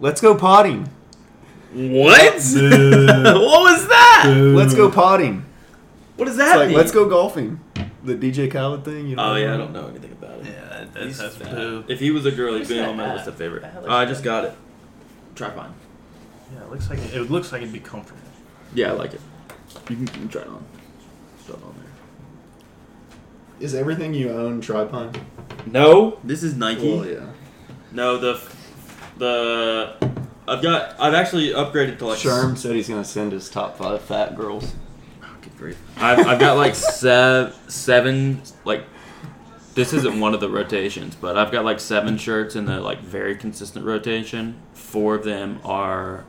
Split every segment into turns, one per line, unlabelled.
Let's go potting.
What? what was that?
Let's go potting.
What does
It's
that
like
mean?
let's go golfing. The DJ Khaled thing. You know
Oh yeah, I don't know anything about it.
Yeah, that,
He's
that's, that's
fat.
poo.
If he was a girl, he'd
Who's
be
that
on my
app?
list of favorite.
The hell is
Oh, I
that?
just got it. Try mine.
Yeah, it looks like it, it looks like it'd be comfortable.
Yeah, I like it. You can, you can try it on. Try it on there.
Is everything you own tripod?
No, this is Nike.
Well, yeah.
No, the the I've got I've actually upgraded to like
Sherm said he's gonna send his top five fat girls.
Good grief. I've, I've got like sev- seven, like, this isn't one of the rotations, but I've got like seven shirts in the like very consistent rotation. Four of them are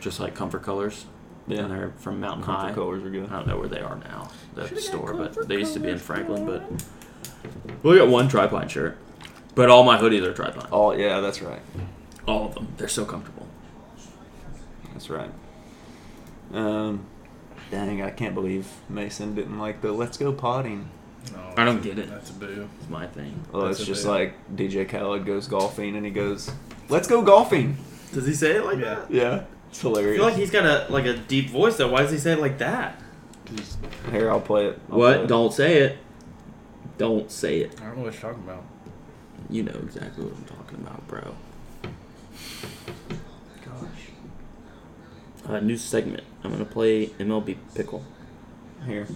just like comfort colors.
Yeah.
And they're from Mountain
Comfort
High.
colors are good.
I don't know where they are now, the store, but they used to be in Franklin. But we got one tripline shirt, but all my hoodies are tripline.
Oh yeah, that's right.
All of them. They're so comfortable.
That's right. Um, dang, I can't believe Mason didn't like the "Let's Go Potting."
No,
I don't get it.
That's a boo.
It's my thing.
Oh,
That's
it's
a
just
bit.
like DJ Khaled goes golfing and he goes, "Let's go golfing."
Does he say it like
Yeah.
that?
Yeah, it's
I
hilarious.
feel like he's got a like a deep voice though. Why does he say it like that?
Just- Here, I'll play it. I'll play
What?
it.
Don't say it. Don't say it.
I don't know what you're talking about.
You know exactly what I'm talking about, bro.
Gosh.
Uh, new segment. I'm gonna play MLB Pickle.
Here.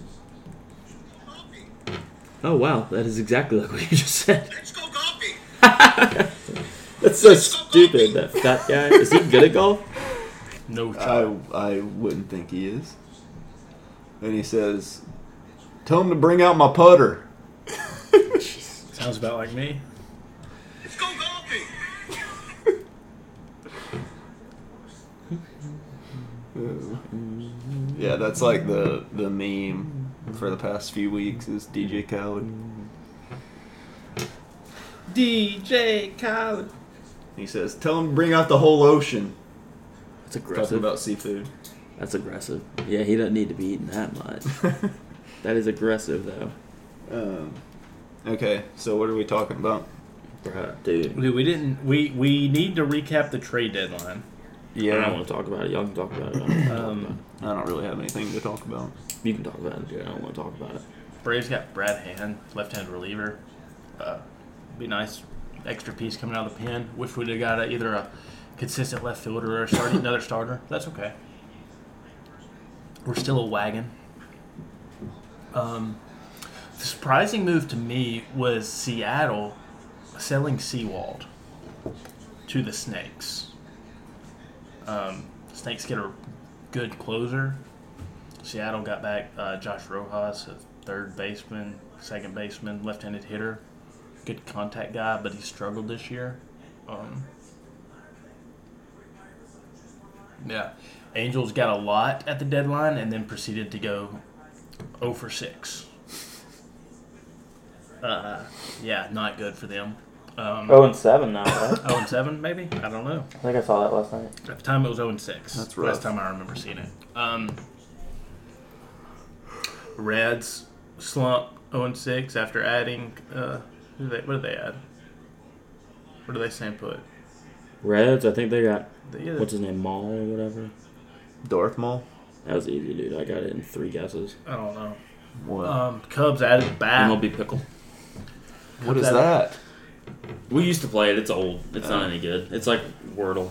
Oh wow, that is exactly like what you just said.
Let's go golfing.
That's so stupid. That fat guy. Is he good at golf? Uh,
No shot.
I I wouldn't think he is. And he says, "Tell him to bring out my putter."
Sounds about like me.
Let's go golfing.
Yeah, that's like the the meme for the past few weeks is DJ Khaled.
DJ Khaled.
He says, "Tell him to bring out the whole ocean."
That's
Talking
aggressive.
about seafood.
That's aggressive. Yeah, he doesn't need to be eating that much. that is aggressive though.
um, okay, so what are we talking about?
Bruh, dude.
Dude, we didn't. We we need to recap the trade deadline.
I don't want to talk about it. Y'all can talk about it. I don't wanna talk about
Um,
I don't really have anything to talk about.
it. You can talk about it, dude. I don't want to talk about it.
Braves got Brad Hand, left-hand reliever. Uh, be nice, extra piece coming out of the pen. Wish we'd have got a, either a consistent left fielder or starting another starter. That's okay. We're still a wagon. Um, the surprising move to me was Seattle selling Seawald to the Snakes. Um, Snakes get a good closer. Seattle got back uh, Josh Rojas, a third baseman, second baseman, left-handed hitter, good contact guy, but he struggled this year. Um, yeah, Angels got a lot at the deadline and then proceeded to go 0 for six. Uh, yeah, not good for them. Um,
Oh, and seven now, right?
0 Oh, and 7, maybe? I don't know.
I think I saw that last night.
At the time, it was 0 and 6.
That's rough.
Last time I remember seeing it. Um, Reds slump 0 and 6 after adding. Uh, who did they, what did they add? What did they say and put?
Reds, I think they got
They either-
what's his name, Maul or whatever.
Darth Maul.
That was easy, dude. I got it in three guesses.
I don't know.
What?
Um, Cubs added bat.
MLB pickle.
what is
that-
that?
We used to play it. It's old. It's not any good. It's like Wordle,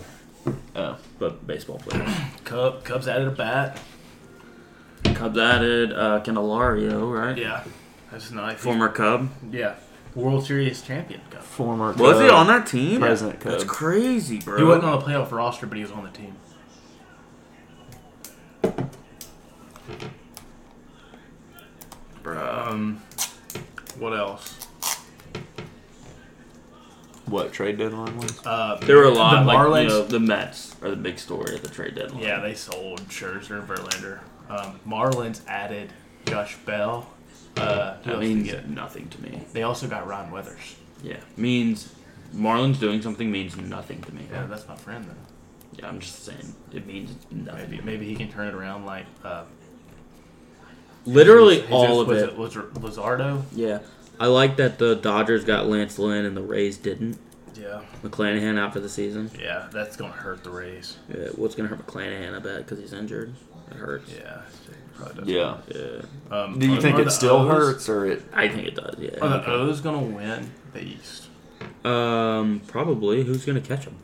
Oh,
but baseball players.
Cub, Cubs added a bat.
Cubs added uh, Candelario, right?
Yeah, that's nice.
Former Cub.
Yeah, World Series champion Cub.
former.
Was he
Cub.
on that team?
President Cub.
That's crazy, bro.
He wasn't on the playoff roster, but he was on the team.
Bruh.
Um, what else?
What trade deadline was?
Uh,
There were a lot.
The
like,
Marlins.
you know, the Mets are the big story at the trade deadline.
Yeah, they sold Scherzer and Verlander. Um, Marlins added Josh Bell. Uh, who
That
else did
means
they get?
nothing to me.
They also got Ron Weathers.
Yeah. Means Marlins doing something means nothing to me.
Yeah, that's my friend though.
Yeah, I'm just saying. It means nothing.
Maybe maybe he can turn it around like uh,
Literally
Jesus-
all of
was
it.
Was Lazardo?
Yeah. I like that the Dodgers got Lance Lynn and the Rays didn't.
Yeah.
McClanahan out for the season.
Yeah, that's going to hurt the Rays.
Yeah, what's gonna hurt McClanahan? I bet because he's injured. It hurts.
Yeah. it probably does.
Yeah.
Yeah.
Um,
Do you
are-
think
are
it
the
still
O's-
hurts or it?
I think it does. Yeah.
Are the O's going to win the East?
Um, probably. Who's gonna catch him?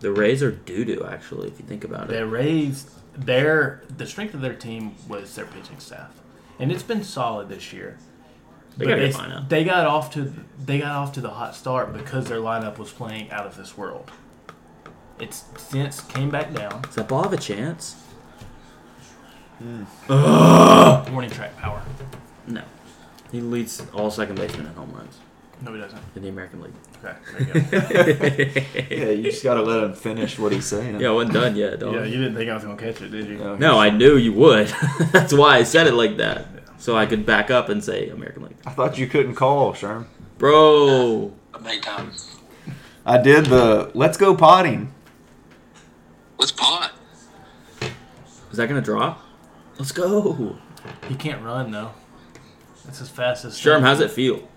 The Rays are doo doo. Actually, if you think about it.
The Rays, their the strength of their team was their pitching staff, and it's been solid this year.
They
But
got a good lineup.
they got off to they got off to the hot start because their lineup was playing out of this world. It's since came back down.
Does that ball have a chance?
Warning track power.
No. He leads all second basemen in home runs
No, he doesn't.
in the American League.
Okay, there you go.
Yeah, you just gotta let him finish what he's saying.
Yeah, I wasn't done yet, dog.
yeah, you didn't think I was gonna catch it, did you?
Yeah.
No, I knew you would. That's why I said it like that. So I could back up and say American League.
I thought you couldn't call, Sherm.
Bro.
Big time.
I did the let's go potting.
What's pot?
Is that gonna drop? Let's go.
He can't run though. That's as fast as
Sherm, how's it feel?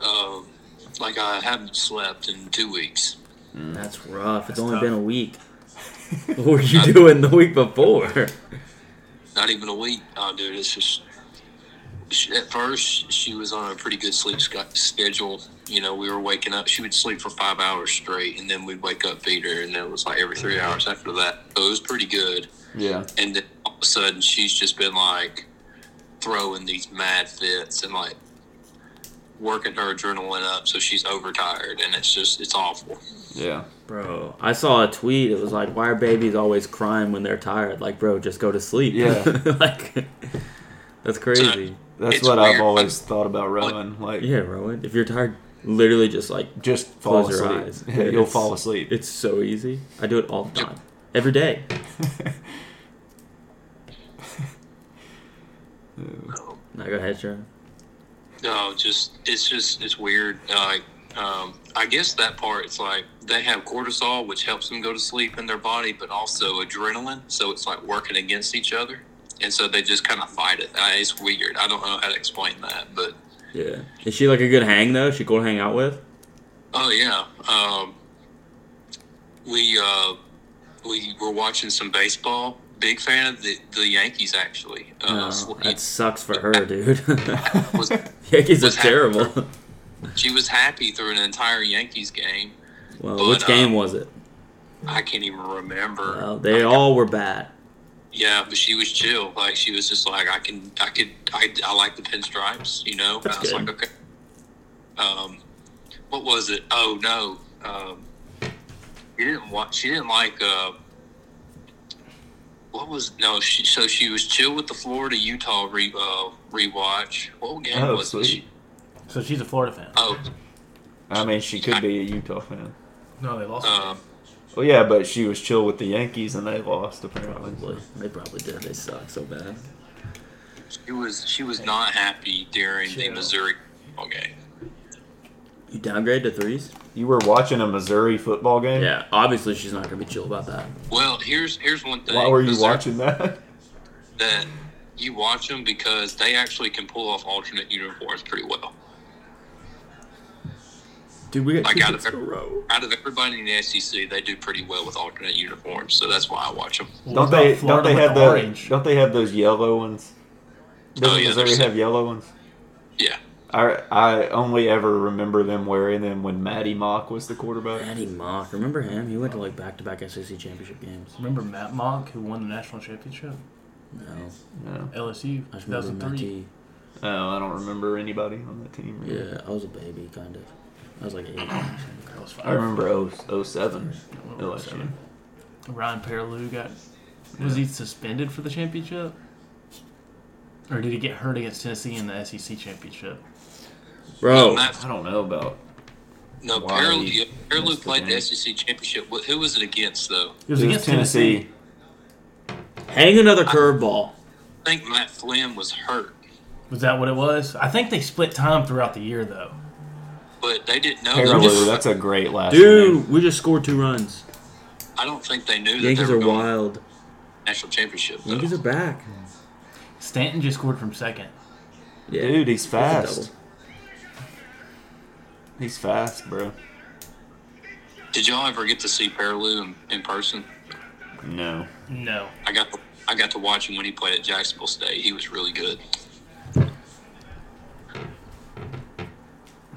Um, like I haven't slept in two weeks.
That's rough. It's
That's
only
tough.
been a week. what were you doing the week before?
Not even a week. Oh, dude, it's just. She, at first, she was on a pretty good sleep sc- schedule. You know, we were waking up. She would sleep for five hours straight, and then we'd wake up, feed her, and then it was like every three hours after that. So it was pretty good.
Yeah.
and then all of a sudden she's just been like throwing these mad fits and like working her adrenaline up so she's overtired and it's just it's awful
Yeah.
Bro, I saw a tweet. It was like, why are babies always crying when they're tired? Like, bro, just go to sleep.
Yeah.
like, that's crazy.
That's
It's
what I've
weird.
always thought about Rowan. Like
Yeah, Rowan. If you're tired, literally just like
just fall
close your
asleep.
eyes.
Yeah,
It's-
You'll fall asleep.
It's so easy. I do it all the time, every day. Now go ahead, Sharon.
no just it's just it's weird like um, i guess that part it's like they have cortisol which helps them go to sleep in their body but also adrenaline so it's like working against each other and so they just kind of fight it Uh, it's weird i don't know how to explain that but
Yeah. Is she like a good hang though? Is she cool to hang out with?
Oh yeah, um, we uh, we were watching some baseball. Big fan of the, the Yankees actually. Uh,
No,
Slade
that sucks for her, dude.
was,
Yankees are
What's happening?
terrible.
she was happy through an entire Yankees game.
Well,
But,
which
uh,
game was it?
I can't even remember.
Well, they all were bad.
yeah, but she was chill. Like she was just like, I can, I could, I, I like the pinstripes. You know,
That's
I was
good.
like, okay. Um, what was it? Oh no, um, she didn't watch. She didn't like. Uh, what was no? She, so she was chill with the Florida Utah re, uh, rewatch. What game
Oh,
was it?
sweet.
She-
So she's a Florida fan.
oh,
I mean, she could be a Utah fan.
No, they lost.
uh,
Well, yeah, but she was chill with the Yankees and they lost apparently.
Probably. They probably did. They suck so bad.
she was she was not happy during the
Chill.
Missouri game.
You downgrade to threes?
You were watching a Missouri football game.
Yeah. Obviously, she's not gonna be chill about that.
Well, here's here's one thing.
Why were you
Missouri-
watching that?
that you watch them because they actually can pull off alternate uniforms pretty well.
Dude, we got
I
two
got
hits
it.
in a row.
Out of everybody in the SEC, they do pretty well with alternate uniforms, so that's why I watch them.
Don't
Well, what about
they?
Florida
don't they
with
have
the
the?
orange?
Don't they have those yellow ones? Doesn't
Oh, yeah,
Missouri
there's-
have yellow ones?
Yeah.
I I only ever remember them wearing them when Matty Mock was the quarterback.
Eddie Mock, remember him? He went to like back-to-back SEC championship games.
Remember Matt Monk who won the national championship?
No,
No,
LSU,
I just remember
2003.
Matty.
oh, I don't remember anybody on that team. really.
Yeah, I was a baby, kind of. I was like eight. or something.
That was
I
fire.
remember oh, 0, 07
remember
LSU.
07. Ryan Perilou got was he suspended for the championship, or did he get hurt against Tennessee in the SEC championship?
Bro,
Matt,
I don't know about.
no,
Why
Perilou,
he missed
Perilou
the
played the,
game.
SEC championship. Wh- Who was it against, though?
It was
It was
against
Tennessee.
Tennessee.
hang another curveball.
I think Matt Flynn was hurt,
Was that what it was? I think they split time throughout the year though.
but they didn't know.
Perilou,
That was,
that's a great last name.
Dude, we just scored two runs.
I don't think they knew that
Yankees
they
are
were going to
wild.
the national championship. Though.
Yankees are back.
Stanton just scored from second.
Yeah.
Dude, he's
That's a
fast.
double.
He's fast, bro.
Did y'all ever get to see Perilou in, in person?
No.
No.
I got to, I got to watch him when he played at Jacksonville State. He was really good.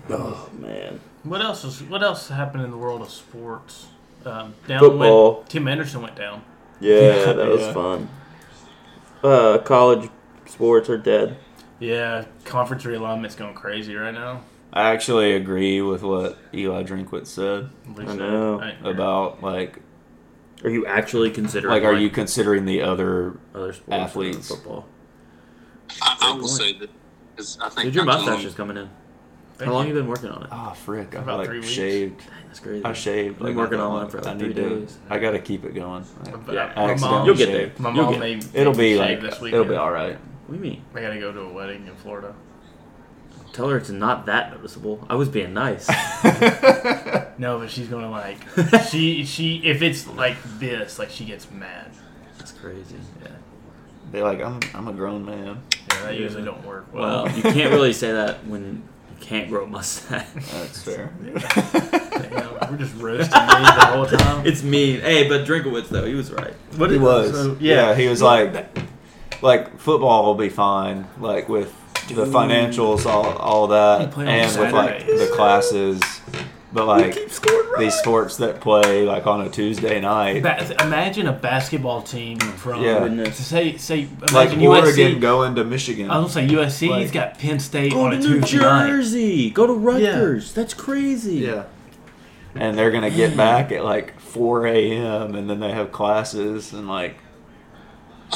Oh man.
What else is What else happened in the world of sports? Um, down
Football.
Went, Tim Anderson went down.
Yeah, that was
Yeah.
fun. Uh, college sports are dead.
Yeah, conference realignment's going crazy right now.
I actually agree with what Eli Drinkwitz said
Lisa,
know.
about like
Are you actually considering
like are you considering the other
other sports other
athletes?
than football?
I, I
Great
will
point.
say that because I think
Dude, your
not too
mustache
long-
is coming in.
Thank
How long
you.
you been working on it?
Ah, frick! I
About
like
three weeks.
shaved.
Dang, that's crazy.
I shaved.
I've been
like,
working
I-
on it for like
I
three
need to-
days.
I gotta keep it going. Like,
But,
Yeah.
uh, my
Accidentally
mom,
You'll get there.
My
You'll
mom
get-
made
It'll be
shave
like
this weekend.
it'll be all right.
What do you mean?
I gotta go to a wedding in Florida.
Tell her it's not that noticeable. I was being nice.
No, but she's gonna like she she if it's like this, like she gets mad.
that's crazy.
Yeah,
They like I'm I'm a grown man.
yeah that usually don't work well.
Well, you can't really say that when you can't grow a mustache.
That's fair.
Damn, we're just roasting me the whole time.
it's mean. Hey, but Drinkowitz though, he was right.
What
he
is-
was.
so,
yeah. he was like, like football will be fine. Like with the financials, all all
He
that,
played on
and with like
Saturdays.
the classes, but like
scoring
these sports that play like on a Tuesday night,
Ba- imagine a basketball team from
Yeah.
Goodness.
say say imagine
like Oregon
USC.
going to Michigan.
I was gonna say USC. he's
Like-
got Penn State
Go
on
to
a
New
Tuesday night.
Jersey. Go to Rutgers. That's crazy.
Yeah. And they're gonna get back at like 4 a.m. and then they have classes and like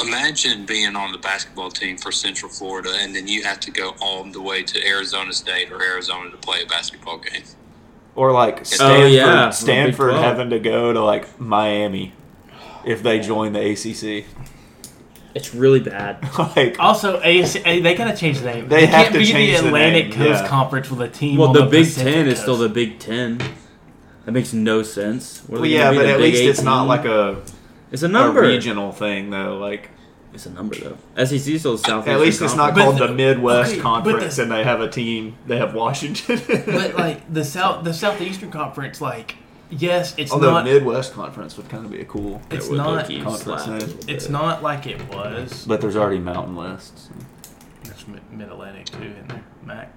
Imagine being on the basketball team for Central Florida, and then you have to go all the way to Arizona State or Arizona to play a basketball game.
or like Stanford,
Oh, yeah, for the Big
Stanford
12.
having to go to like Miami if they join the ACC.
It's really bad.
like
Also, ASC, they gotta change the name.
They
It
have
can't
to
be
change
the
the
Atlantic
name,
Coast
yeah.
Conference with a team.
Well,
on
the Big
Pacific
Ten is still
Coast.
the Big Ten. That makes no sense. What
well,
are they
yeah,
gonna be,
but
the
at
Big
least it's not
18?
like a,
it's a
a
number.
regional thing though. Like
It's a number though. SEC is still the South.
at least it's not
But
called
the-
the Midwest
okay, but
Conference
the-
and they have a team. They have Washington.
But like the south, the southeastern conference, like yes, it's
although
not,
Midwest Conference would kind of be a cool.
it's not,
conference name.
it's not like it was.
But there's already Mountain West.
There's Mid Atlantic too in there, Mac.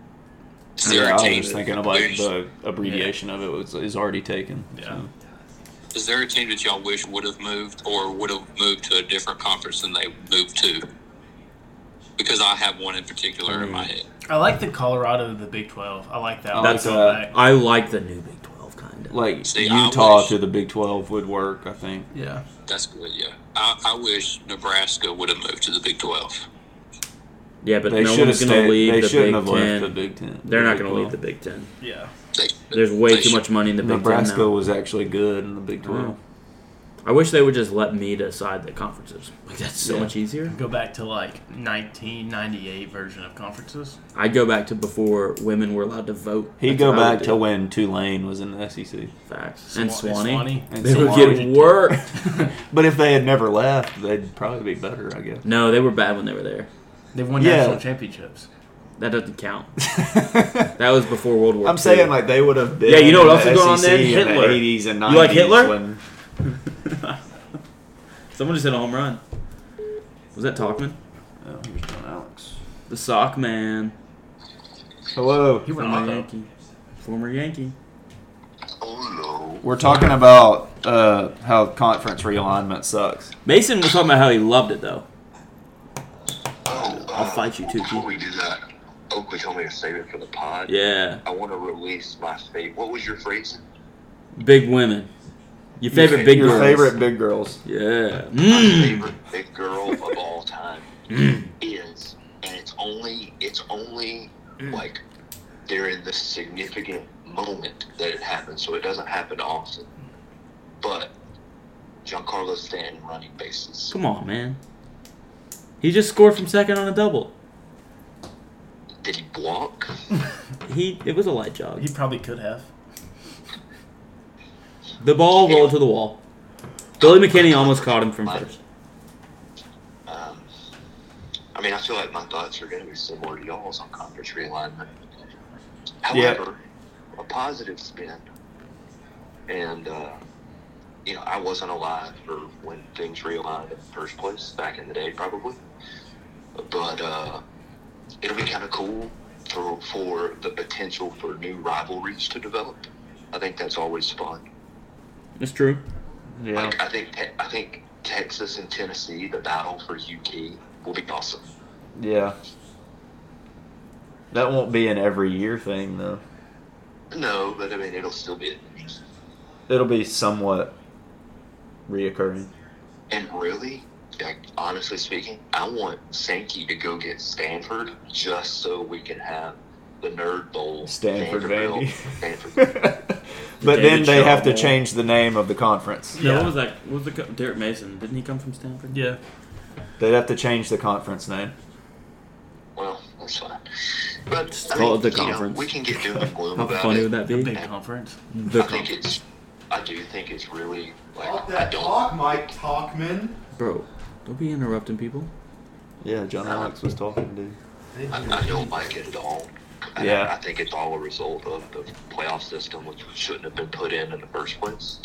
Yeah, I was
team
just thinking of like the abbreviation of it was is already taken.
Yeah.
Is there a team that y'all wish would have moved or would have moved to a different conference than they moved to? Because I have one in particular in
Hmm.
my head.
I like the Colorado of the Big Twelve. I like that. I
That's,
like
uh,
that.
I like the new Big Twelve kind
So,
of.
Like
See, I
Utah
wish-
to the Big Twelve would work, I think.
yeah.
That's good, yeah. I, I wish Nebraska would have moved to the Big 12.
yeah, but
They
no
should have
one's going to
stayed.
leave
They
the
shouldn't
Big
have left
Ten.
the Big Ten.
They're
the
not
Big
going to leave the
12.
Big Ten.
Yeah.
They-
There's way
they
too
should-
much money in the Big
Nebraska
Ten now.
was actually good in the Big Twelve.
I wish they would just let me decide the conferences. Like that's so
Yeah.
much easier.
Go back to like 1998 version of conferences.
I'd go back to before women were allowed to vote.
He'd
That's
go
what I would
back
do.
to when Tulane was in the E SEC.
facts
Swan-
and Swanee.
Swanee.
And
They would
Swanee.
get worked.
But if they had never left, they'd probably be better, I guess.
no, they were bad when they were there.
They won
Yeah.
national championships.
That doesn't count. That was before World War.
I'm
II.
saying like they would have been.
Yeah, you know what
in
else
the
was going on
SEC
then?
in the
Hitler.
80s and 90s.
You like Hitler?
When,
someone just hit a home run. Was that Talkman?
oh, here's John Alex.
The sock man.
Hello.
He went
Former
off though.
Yankee. Former Yankee.
Oh,
We're talking about uh, how conference realignment sucks.
Mason was talking about how he loved it though. I'll fight you too,
Before
Keith.
we do that, Oakley told me to save it for the pod.
Yeah.
I want to release my favorite. What was your phrase?
Big women. Your favorite big
Your
girls.
favorite big girls.
Yeah.
Hmm.
My
Mm.
favorite big girl of all time is, and it's only, it's only
Hmm.
like they're in the significant moment that it happens, so it doesn't happen often. But Giancarlo Stanton running bases.
Come on, man. He just scored from second on a double.
Did he block?
He it was a light jog.
He probably could have.
The ball rolled to the wall. Billy McKinney almost caught him from first.
Um, I mean, I feel like my thoughts are going to be similar to y'all's on conference realignment. However, positive spin. And, uh, you know, I wasn't alive for when things realigned in the first place, back in the day, probably. But uh, it'll be kind of cool for, for the potential for new rivalries to develop. I think that's always fun.
It's true.
Yeah.
Like, I think te- I think Texas and Tennessee, the battle for UT, will be awesome.
Yeah. That won't be an every year thing though.
No, but I mean, it'll still be
It'll be somewhat reoccurring.
And really, like, honestly speaking, I want Sankey to go get Stanford just so we can have the Nerd Bowl.
Stanford
Vanderbilt,
Vandy.
Stanford.
but then they
Shaw
have to
Bowl.
change the name of the conference.
Yeah.
Yeah.
What was that? What was the co- Derek Mason? Didn't he come from Stanford?
Yeah.
They'd have to change the conference name.
well, that's fine. But
Just
I
call
mean,
it the
you know,
conference.
we can get doom and gloom
How
about
funny
it.
would that
The
be?
big conference.
The
I think
conference,
it's. I do think it's really like
Talk
I
that
don't.
talk, Mike Talkman.
bro. Don't be interrupting people.
Yeah, John Alex was talking dude.
I, I don't like it at all. And I-
Yeah.
I think it's all a result of the playoff system, which shouldn't have been put in in the first place.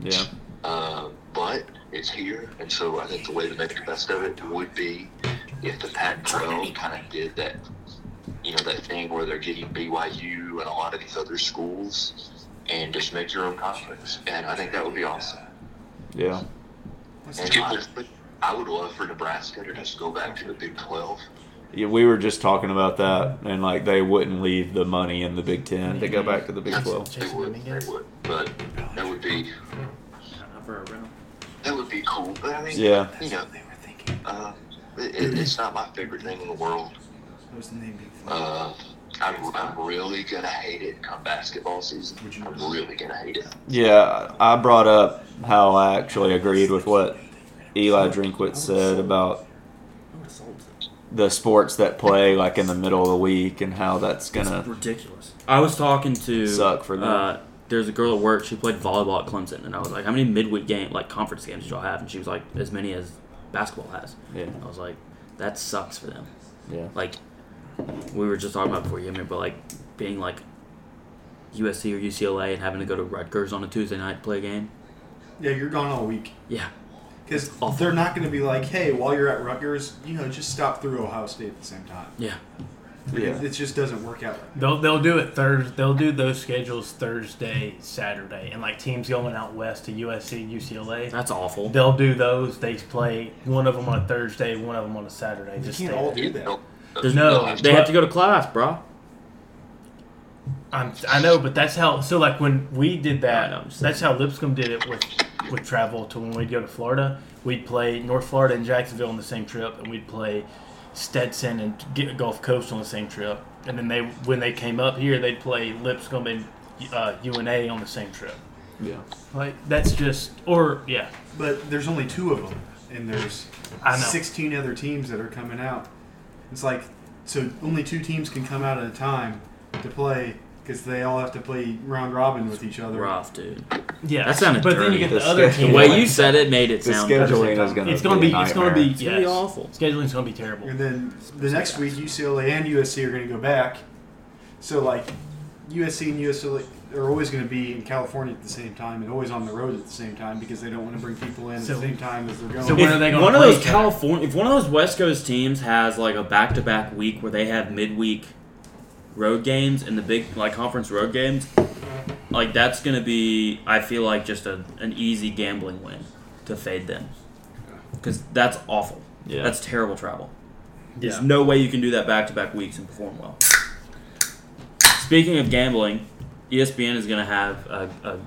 Yeah.
Uh, but it's here, and so I think the way to make the best of it would be if the Pac-12 kind of did that, you know, that thing where they're getting BYU and a lot of these other schools, and just make your own conference. And I think that would be awesome.
Yeah.
And honestly, I would love for Nebraska to just go back to the Big 12.
Yeah, we were just talking about that, and like they wouldn't leave the money in the Big Ten to go back to the Big Twelve.
They would, they would, but that would be that would be cool. But I mean,
Yeah.
you know, uh, it, it- it's not my favorite thing in the world. Uh, I'm, I'm really gonna hate it come basketball season. I'm really gonna hate it.
Yeah, I brought up how I actually agreed with what Eli Drinkwitz said about the sports that play like in the middle of the week and how that's
It's
gonna.
ridiculous. I was talking to
Suck for them.
Uh, there's a girl at work. She played volleyball at Clemson, and I was like, "How many midweek game, like conference games, do y'all have?" And she was like, "As many as basketball has."
Yeah,
I was like, "That sucks for them."
yeah,
Like, we were just talking about before you came here, but like being like USC or UCLA and having to go to Rutgers on a Tuesday night to play a game.
Yeah, you're gone all week.
Yeah,
Because
awful.
they're not going to be like, hey, while you're at Rutgers, you know, just stop through Ohio State at the same time.
yeah.
yeah.
It, it just doesn't work out. Like
They'll they'll do it Thursday. They'll do those schedules Thursday, Saturday, and like teams going out west to USC, UCLA.
That's awful.
They'll do those. They play one of them on a Thursday, one of them on a Saturday.
that. You
Just
can't
stay
all
there.
No,
do that.
There's
No,
no. They have to go to class, bro.
I'm, I know, but that's how. So like when we did that,
I know, I'm just-
that's how Lipscomb did it with with travel to when we'd go to Florida. We'd play North Florida and Jacksonville on the same trip, and we'd play Stetson and G- Gulf Coast on the same trip. And then they when they came up here, they'd play Lipscomb and uh, UNA on the same trip.
Yeah.
Like that's just or yeah,
But there's only two of them, and there's
I know.
16 other teams that are coming out. It's like, so only two teams can come out at a time to play because they all have to play round robin with each other.
Rough, dude.
yeah.
That sounded
But then
dirty.
you get
The
the other
schedule.
team.
The way
like,
you said it made it
The
sound.
scheduling is gonna.
it's gonna be,
a
it's gonna be
nightmare.
It's gonna be
yes.
awful.
Scheduling's gonna be terrible.
And then the next week, UCLA and USC are going to go back. So, like, USC and USLA are always going to be in California at the same time and always on the road at the same time because they don't want to bring people in at
So-
the same time as they're going.
so
If
when are they gonna
one of
play
those
each other?
California, if one of those West Coast teams has like a back-to-back week where they have midweek road games and the big like conference road games, like that's gonna be, I feel like just a, an easy gambling win to fade them, because that's awful.
Yeah.
that's terrible travel.
Yeah.
There's no way you can do that back-to-back weeks and perform well. Speaking of gambling, ESPN is gonna have a, a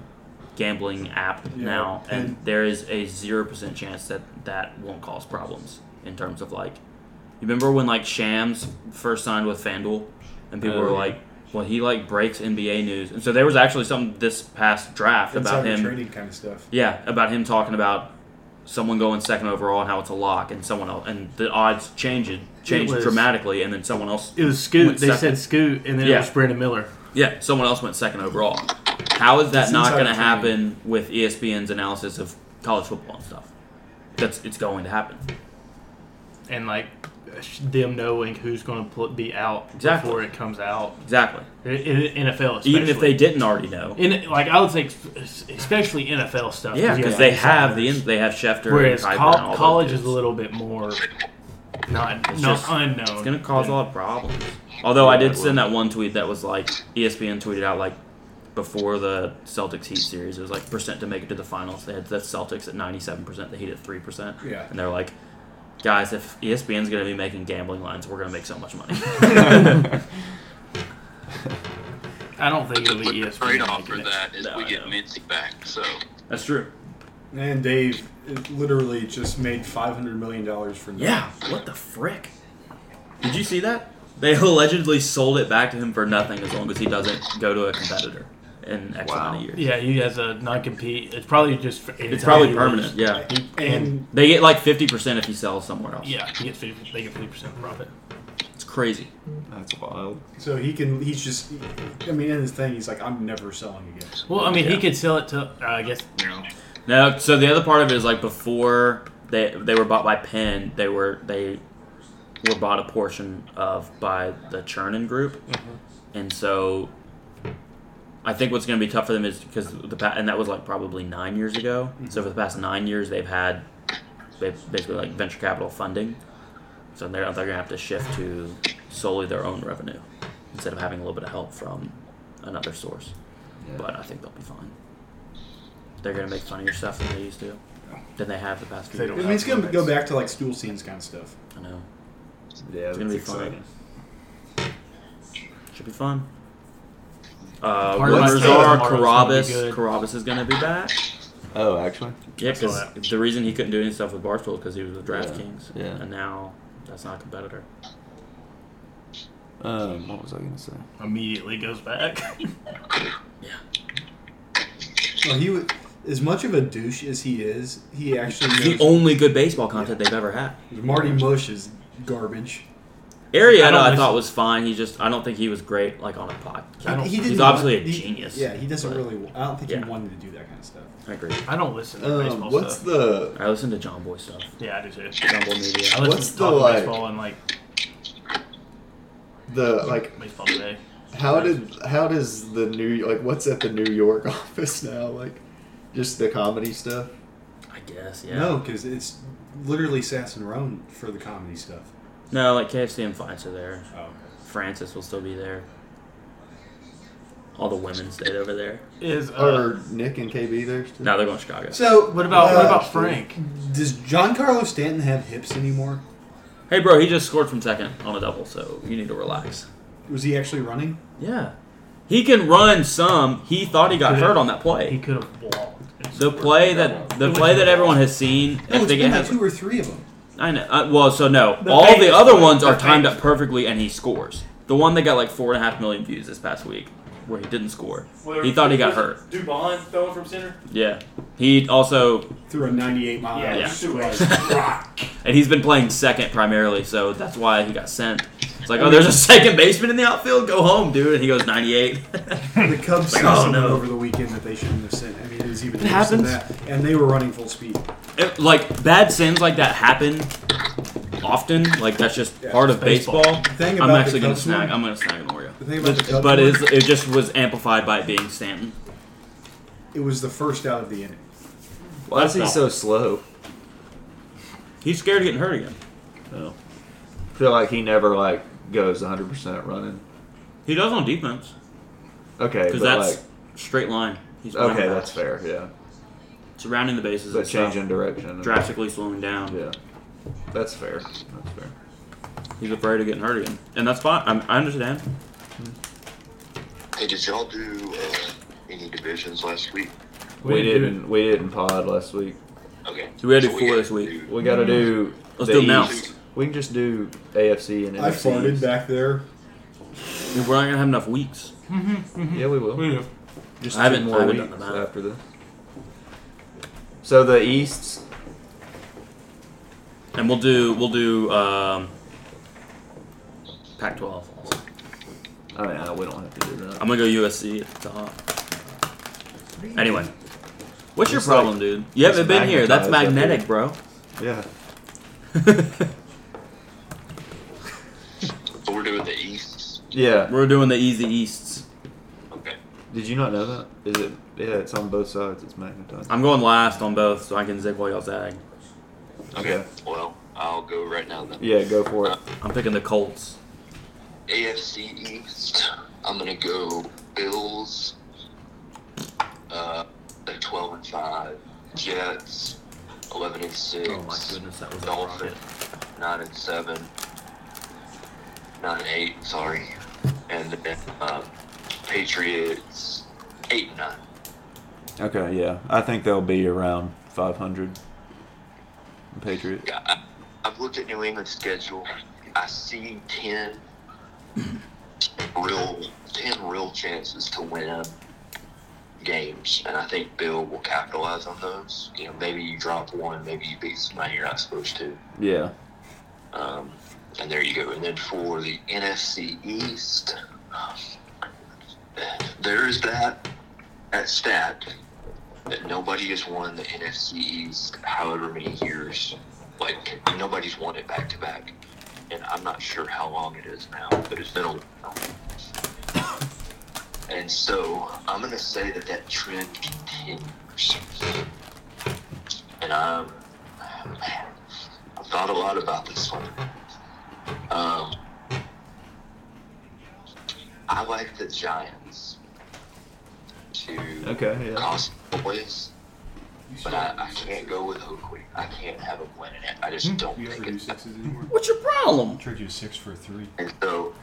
gambling app
Yeah.
now, and there is a zero percent chance that that won't cause problems in terms of like, you remember when like Shams first signed with FanDuel, and people
Oh,
were
yeah.
like, well, he like breaks NBA news, and so there was actually something this past draft about
Insider
him.
trading kind of stuff.
Yeah, about him talking about someone going second overall and how it's a lock, and someone else, and the odds changed changed
was-
dramatically, and then someone else.
It was Scoot.
Went
they
second.
said Scoot, and then
Yeah.
it was Brandon Miller.
Yeah, someone else went second overall. How is that
It's
not
inside
going to
train.
happen with E ESPN's analysis of college football and stuff? That's it's going to happen.
And like them knowing who's going to pl- be out
Exactly.
before it comes out.
Exactly.
In, in NFL, especially.
Even if they didn't already know.
in like I would say, especially NFL stuff.
Yeah,
you
because
got
they have the
insiders.
they have Schefter.
Whereas
and Kuiper
col-
and all those
college
dudes.
is a little bit more not
It's
not
just-
unknown.
It's gonna cause a lot of problems. Although I did send that one tweet that was like E ESPN tweeted out like before the Celtics Heat series, it was like percent to make it to the finals. They had the Celtics at ninety seven percent, the Heat at three percent.
Yeah.
And they're like, guys, if E ESPN's gonna be making gambling lines, we're gonna make so much money.
I don't think it'll
But
be E
the
ESPN.
trade off for
making it.
that is
No,
we
I
get
know.
Mincy back. So
That's true.
And Dave literally just made five hundred million dollars for nothing.
Yeah. What the frick? Did you see that? They allegedly sold it back to him for nothing as long as he doesn't go to a competitor in X amount
Wow.
of years.
Yeah, he has a non compete. It's probably just. For
It's probably permanent. Yeah.
And
They get like 50% if he sells somewhere else.
Yeah, he gets 50, they get fifty percent profit.
It's crazy.
That's wild.
so he can. He's just. I mean, in his thing, he's like, I'm never selling again.
Well, I mean,
Yeah.
he could sell it to. Uh, I guess no.
No, so the other part of it is like before they they were bought by Penn, they were they were bought a portion of by the Chernin group. And so I think what's going to be tough for them is because the pa- and that was like probably 9 years ago. So for the past 9 years they've had they've basically like venture capital funding. So they're, they're going to have to shift to solely their own revenue instead of having a little bit of help from another source. But I think they'll be fine. They're going to make funnier stuff than they used to. Than they have the past few
They
I
years.
mean, it's gonna go back to like stool scenes kind of stuff.
I know.
Yeah,
It's going to be fun. Should be fun. Uh,
Part of
rumors
my-
are
tomorrow's gonna be
Carabas.
good.
Carabas is going to be back.
Oh, actually,
Yeah,
saw
because the reason he couldn't do any stuff with Barstool because he was with
Yeah,
DraftKings,
yeah.
and now that's not a competitor.
um, what was I gonna say?
Immediately goes back.
Well, he would. As much of a douche as he is, he actually
It's the
knows
only good baseball content they've ever had.
Marty Mush is garbage.
Arietta,
I don't
I,
miss-
thought was fine. He just, I don't think he was great like on a podcast.
I don't-
He
he's
didn't
obviously
want-
a
he-
genius.
Yeah, he doesn't
but-
really. I don't think
Yeah.
he wanted to do that kind of stuff.
I agree.
I don't listen to
Um,
baseball
what's
stuff.
the
I listen to John Boy stuff.
Yeah, I do too.
John Boy Media.
I listen
What's
to
the,
Talking
like-
baseball and like
the like?
baseball today.
How did how does the new like what's at the New York office now? Like, just the comedy stuff.
I guess, yeah.
No, because it's literally Sass and Roan for the comedy stuff.
No, like KFC and Fights are there.
Oh,
Francis will still be there. All the women stayed over there.
Is uh,
Are Nick and KB there? Still?
Now they're going to Chicago.
so
what about what
uh,
about Frank?
Does John Carlos Stanton have hips anymore?
Hey, bro, he just scored from second on a double, so you need to relax.
Was he actually running?
Yeah. He can run some. He thought he got
Good.
hurt on that
He
play.
could have walked.
The play that the play that everyone has seen, I
No, it's
think
been
it
like
has.
two or three of them.
I know. Uh, well, so no,
The
all
fake-
the other ones
the
are timed
fake-
up perfectly, and he scores. The one that got like four and a half million views this past week, where he didn't score, he thought he got hurt.
Dubon throwing from center.
Yeah, he also,
Through a 98 mile
Yeah,
an hour
yeah.
slice. Rock.
and he's been playing second primarily, so that's why he got sent. It's like, oh, there's a second baseman in the outfield. Go home, dude. And he goes 98.
The Cubs
Like,
sent
oh,
someone
no.
over the weekend that they shouldn't have sent. I mean, it was even worse
happens.
than that. And they were running full speed.
It- like bad sins like that happen often. Like that's just
Yeah,
part of
baseball.
baseball.
thing
I'm
about
actually
the
gonna
Cubs
snag.
one-
I'm gonna snag an Oreo.
The thing about the Cubs
But it's,
one-
it just was amplified by it being Stanton.
It was the first out of the inning.
Why is
that's
he
not-
so slow?
He's scared of getting hurt again.
Oh.
I feel like he never like goes 100 percent running.
He does on defense
Okay, but
because that's
like
straight line. He's playing
okay,
fast.
that's fair. Yeah,
surrounding the bases.
so
and stuff,
change in direction.
drastically slowing down.
Yeah, that's fair. That's fair.
He's afraid of getting hurt again, and that's fine. I'm, I understand.
Hey, did y'all do uh, any divisions last week?
We,
We didn't do-
didn't. We didn't pod last week.
Okay.
So we had to do
So
four
gotta
this week.
do-
We got to do.
Let's
the
do it now.
East. We can just do AFC and NFC.
I farted back there.
Dude, We're not gonna have enough weeks.
Yeah, we will. Just
I haven't-
two
I
more
haven't
weeks
done the math.
after this. So the East's
And we'll do we'll do um, Pac-12. also.
I mean, I- oh we don't have to do that.
I'm gonna go USC at the top. Anyway, what's your
It's like-
problem, dude? You haven't
it's
been here. That's
magnetized up
magnetic,
here.
bro.
yeah. Yeah.
We're doing the easy easts.
Okay.
Did you not know that? Is it? Yeah, it's on both sides. It's magnetized.
I'm going last on both, so I can zig while y'all zag.
Okay.
Well, I'll go right now then.
Yeah, go for it.
I'm picking the Colts.
AFC East. I'm gonna go Bills. Uh, they're 12 and five. Jets, 11 and six.
Oh my goodness, that was a rocket.
Dolphins, nine and seven. Nine and eight. Sorry. And then um, Patriots, eight and nine.
Okay, yeah. I think they'll be around 500. Patriot.
Yeah, I, I've looked at New England's schedule. I see 10 real 10 real chances to win games, and I think Bill will capitalize on those. You know, maybe you drop one, maybe you beat somebody you're not supposed to.
Yeah.
Um, and there you go. And then for the NFC East, there is that that stat that nobody has won the NFC East however many years. Like nobody's won it back to back, and I'm not sure how long it is now, but it's been a while. And so I'm gonna say that that trend continues, and I'm. I've thought a lot about this one. Um, I like the Giants to
Okay, yeah.
cost boys, but I, I can't go with Oakley. I can't have them winning it. I just don't
Hmm. You ever
think
do
it's.
sixes anymore?
What's your problem?
Trade you a six for a three.
And so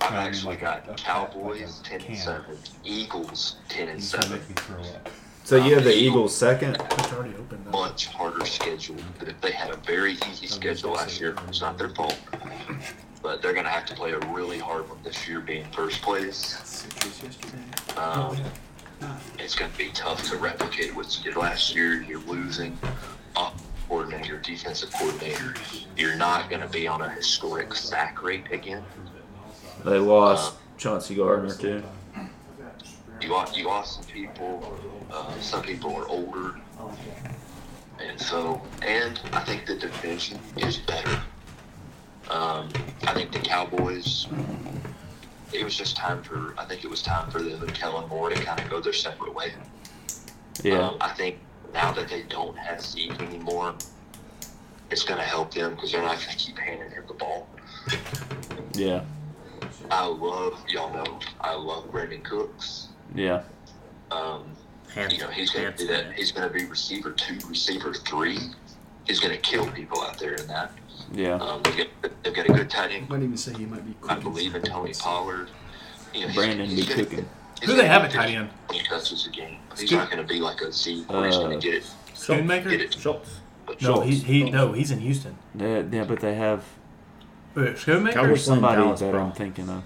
I've
I mean,
actually
like a-
got
a- like a
Cowboys ten
can.
and seven, Eagles ten and
He's gonna
seven.
make me throw up.
So you have the Eagles second?
It's already open. Though.
much harder schedule. But if they had a very easy schedule last year, it's not their fault. But they're going to have to play a really hard one this year, being first place.
Sixes yesterday.
Um, it's going to be tough to replicate what you did last year. You're losing up coordinator, defensive coordinator. You're not going to be on a historic sack rate again.
They lost Chauncey Gardner, too.
You lost, you lost some people. Uh, some people are older. And so, and I think the division is better. Um, I think the Cowboys, it was just time for, I think it was time for them and Kellen Moore to kind of go their separate way.
Yeah.
Um, I think now that they don't have Zeke anymore, it's going to help them because they're not going to keep handing him the ball.
Yeah.
I love, y'all know, I love Brandon Cooks.
Yeah.
Um,
Hands,
you know, he's going to do that. He's going to be receiver two, receiver three. He's going to kill people out there in that.
Yeah.
Um, they've, got, they've got a good tight
I
end.
might even say he might be.
I believe in Tony Pollard. You know, he's-
Brandon
he's
be
gonna-
cooking.
he's
Who they
gonna
have at
get
tight end?
20 touches a game. He's not going to be like a Z. where he's going
Uh,
to get it. Get
Schoonmaker?
it.
Schultz.
No, he,
Schultz.
he no, he's in Houston.
Yeah, yeah, but they have
Wait, Schoonmaker?
Cowboys.
somebody
Dallas,
that
bro.
I'm thinking of.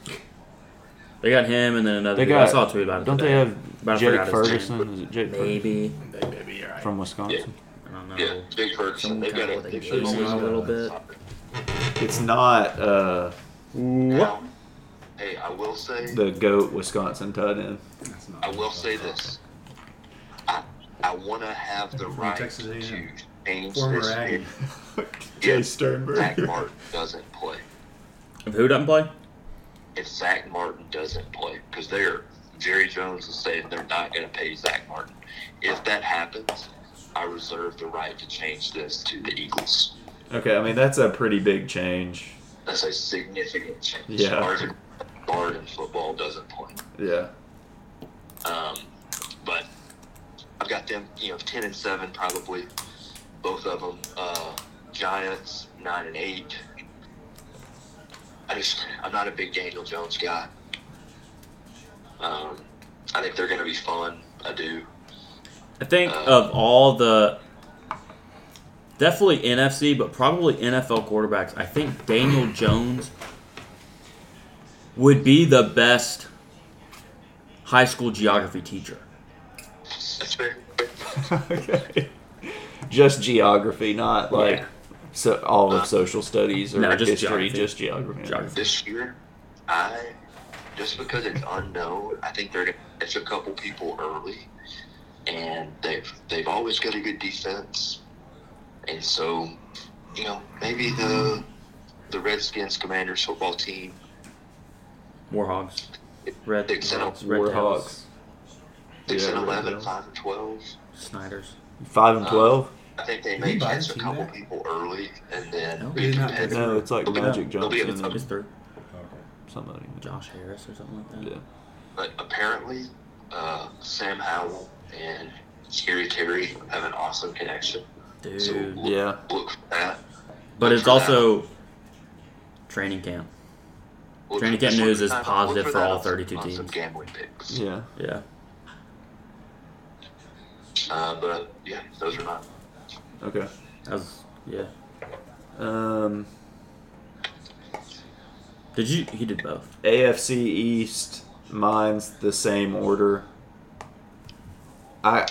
They got him and then another.
They
dude. I
got-
saw a tweet about it.
Don't they
today,
have
but I
Jake
forgot his name.
Ferguson? Is it Jake Ferguson
Maybe.
Hey, baby, you're right.
from Wisconsin?
I don't know.
Yeah, Big Ferguson. They've got
Someone kinda
a, they've
with a
always
Jason
got
a little bit.
It's not uh,
Now, hey, I will say,
the GOAT Wisconsin tight end.
That's not
I will say this. I, I want to have the right
Texas
to
A&M.
change
Former
this.
Aggie.
if
Jay
Zach
Sternberg.
Martin doesn't play.
Of Who doesn't play?
if Zach Martin doesn't play, because they're Jerry Jones is saying they're not going to pay Zach Martin. If that happens, I reserve the right to change this to the Eagles.
Okay, I mean that's a pretty big change.
That's a significant change.
Yeah.
Martin, Martin football doesn't play.
Yeah.
Um, but I've got them, you know, ten and seven probably, both of them. Uh, Giants nine and eight. I just I'm not a big Daniel Jones guy. Um, I think they're going to be fun. I do.
I think
Uh,
of all the definitely NFC, but probably NFL quarterbacks, I think Daniel Jones would be the best high school geography teacher.
That's fair.
okay. Just geography, not like
Yeah.
so all of social studies or
No, just
history,
geography.
just geography.
Geography.
This year, I just because it's unknown, I think they're gonna it's a couple people early, and they've they've always got a good defense, and so you know maybe the the Redskins Commanders football team
Warhogs. Red
Six and a-
Warhogs. Red
Warhawks.
Tails.
Six
Yeah,
and
right
eleven,
now.
five and twelve.
Snyders.
Five
Uh,
and twelve?
I think they
Did
may
he buy
catch
his
a
team
couple
back?
people early and
No,
then
he
be
did not.
competitive.
no, it's like Magic Johnson
It's-
It's
and
through
Okay.
somebody.
Josh Harris or something like that.
Yeah.
But apparently, uh, Sam Howell and Scary Terry have an awesome connection. So
Dude.
look,
Yeah.
look for that.
But it's
for
also training camp.
Look
Training
for-
Camp
look
News
for
is
that- look
positive for
that
all
on-
32
on some
teams.
gambling picks.
Yeah.
Yeah.
Uh, but yeah, those are not.
Okay.
That was yeah.
Um,
Did you he did both.
AFC East, mine's the same order. I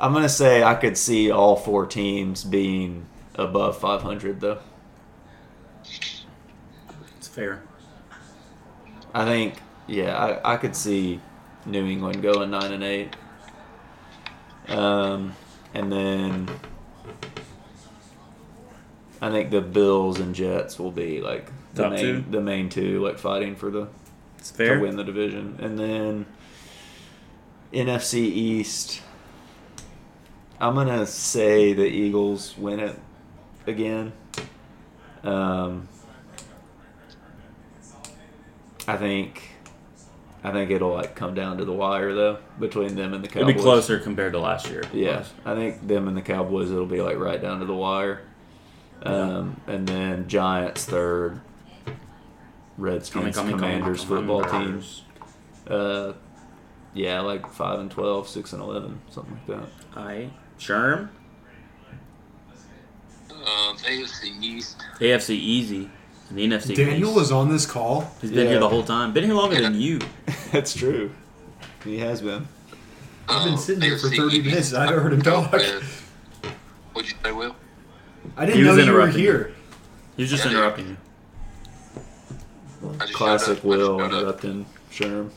I'm gonna say I could see all four teams being above 500 though.
It's fair.
I think yeah, I, I could see New England going nine and eight. Um, and then I think the Bills and Jets will be like the
Top
main
two?
the main two like fighting for the
It's
to win the division. And then NFC East, I'm gonna say the Eagles win it again. Um, I think, I think it'll like come down to the wire though between them and the
It'd
Cowboys.
be closer compared to last year.
Yeah, I think them and the Cowboys it'll be like right down to the wire. Um, and then Giants third, Redskins, Commanders football team.
teams.
Uh, yeah, like five and 12, 6 and eleven, something like that.
I Sherm.
Um, AFC East.
AFC easy. And the NFC.
Daniel
East.
was on this call.
He's been here
Yeah.
the whole time. Been here longer than you.
That's true. He has been.
I've
Oh,
been
um,
sitting here for
AFC
E
30
East.
minutes. I've heard him talk.
With- What'd you say, Will?
I didn't
He
know
was
you were
interrupting.
here.
He was just
Yeah.
interrupting you.
I just
Classic
showed up. I just
Will
showed up.
interrupting Sherm.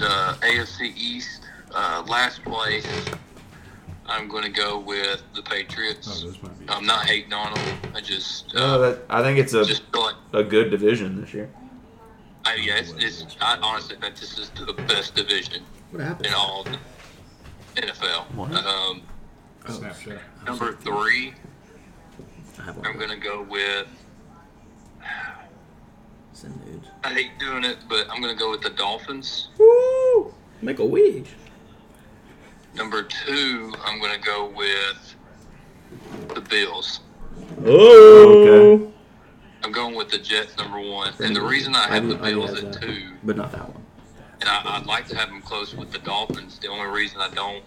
uh, AFC East, uh, last place. I'm going to go with the Patriots.
Oh, those might be.
I'm not hating on them. I just,
No,
uh,
that, I think it's a,
just feel like,
a good division this year.
I, yeah, it's, it's I honestly think this is the best division
What happened?
in all of the NFL.
What?
Um,
Snapshot.
number three,
I have
I'm
one.
going to go with.
Send nudes.
I hate doing it, but I'm going to go with the Dolphins.
Woo! Make a wig.
Number two, I'm going to go with the Bills.
Oh.
Okay.
I'm going with the Jets number one, and the reason I have the
I do
Bills
have
at
that,
two,
But not that one.
and I, I'd like to have them close with the Dolphins. The only reason I don't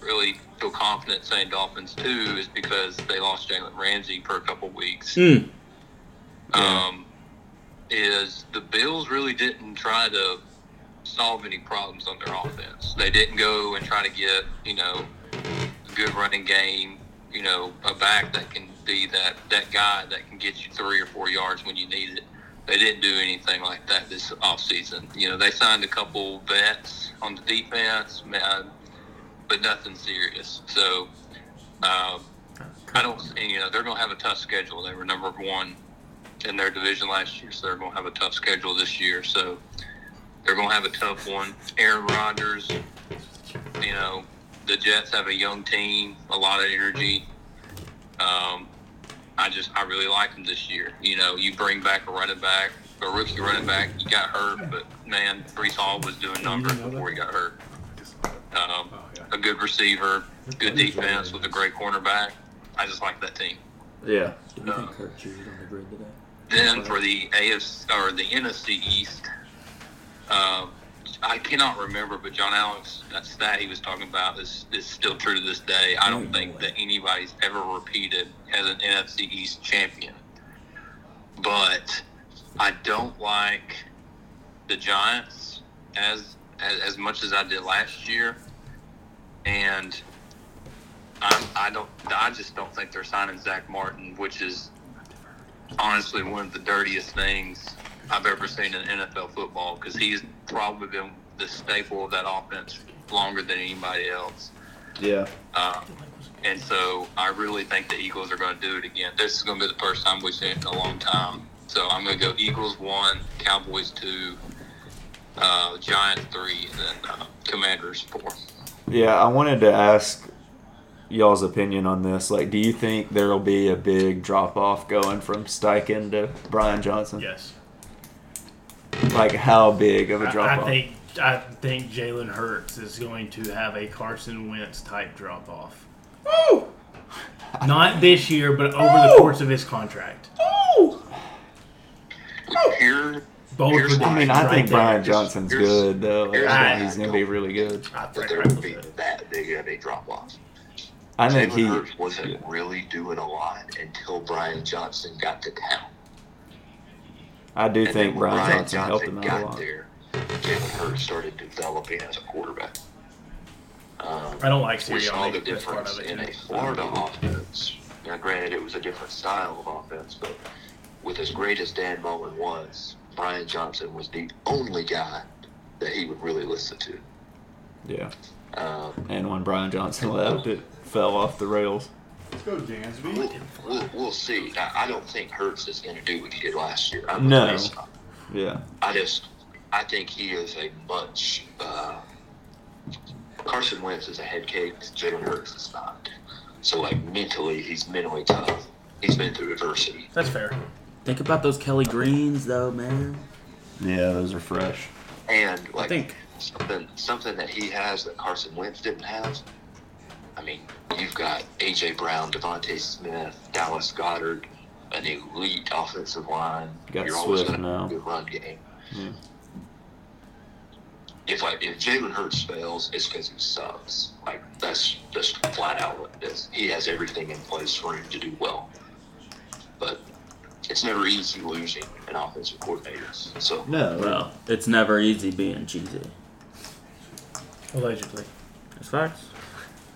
really feel confident saying Dolphins two is because they lost Jalen Ramsey for a couple weeks.
Mm.
Um, is the Bills really didn't try to solve any problems on their offense? They didn't go and try to get you know a good running game, you know a back that can be that that guy that can get you three or four yards when you need it. They didn't do anything like that this offseason. You know, they signed a couple vets on the defense, man, but nothing serious. So, um, I don't, you know, they're going to have a tough schedule. They were number one in their division last year, so they're going to have a tough schedule this year. So they're going to have a tough one. Aaron Rodgers, you know, the Jets have a young team, a lot of energy. Um, I just, I really like them this year. You know, you bring back a running back, a rookie running back. He got hurt, but man, Brees Hall was doing numbers before he got hurt. Um,
Oh,
a good receiver, good defense with a great cornerback. I just like that team.
Yeah.
Do
you think
Kurt Jew's on the grid today?
Then for the AFC or the NFC East, um, I cannot remember, but John Alex, that stat he was talking about is, is still true to this day. I don't think that anybody's ever repeated as an NFC East champion. But I don't like the Giants as as, as much as I did last year, and I'm, I don't. I just don't think they're signing Zach Martin, which is honestly one of the dirtiest things I've ever seen in NFL football because he's probably been the staple of that offense longer than anybody else.
Yeah.
Uh, and so I really think the Eagles are going to do it again. This is going to be the first time we've seen it in a long time. So I'm going to go Eagles one, Cowboys two, uh, Giants three, and then uh, Commanders four.
Yeah, I wanted to ask y'all's opinion on this. Like, do you think there'll be a big drop off going from Steichen to Brian Johnson?
Yes.
Like, how big of a drop
I, I
off?
think I think Jalen Hurts is going to have a Carson Wentz type drop off. Not this year, but over the course of his contract.
Here,
Bold
Here's
prediction
what
I mean, I
right
think
there.
Brian Johnson's
here's-
good though. Like, I think
here's-
he's gonna be really good.
I
But
think
there
right
would
with
be
it.
that big of a drop off.
I think
Jalen
he.
Hurts wasn't really doing a lot until Brian Johnson got to town.
I do
And
think
then when
Brian Johnson helped him out a
got
lot.
there. Jalen Hurts started developing as a quarterback. Um,
I don't like
we saw the
Sirianni. That's part
difference
of it.
in a
too.
Florida offense. Now, granted, it was a different style of offense, but with as great as Dan Mullen was, Brian Johnson was the only guy that he would really listen to.
Yeah,
Um,
and when Brian Johnson left, it fell off the rails.
Let's go, Dansby.
we'll, we'll, we'll see. Now, I don't think Hurts is going to do what he did last year. I'm
No.
with Mason.
Yeah,
I just, I think he is a much. Uh, Carson Wentz is a head case. Jalen Hurts is not. So like mentally, he's mentally tough. He's been through adversity.
That's fair.
Think about those Kelly Greens, though, man.
yeah, those are fresh.
and like
think-
something something that he has that Carson Wentz didn't have. I mean, you've got AJ Brown, Devontae Smith, Dallas Goddard, an elite offensive line.
Got
You're always
Swift
going to
now. Hmm.
have a good run game. If like if Jalen Hurts fails, it's because he sucks. Like that's just flat out what it is. He has everything in place for him to do well, but it's never easy losing an offensive coordinator. So
No,
Well, it's never easy being cheesy.
Allegedly.
That's facts.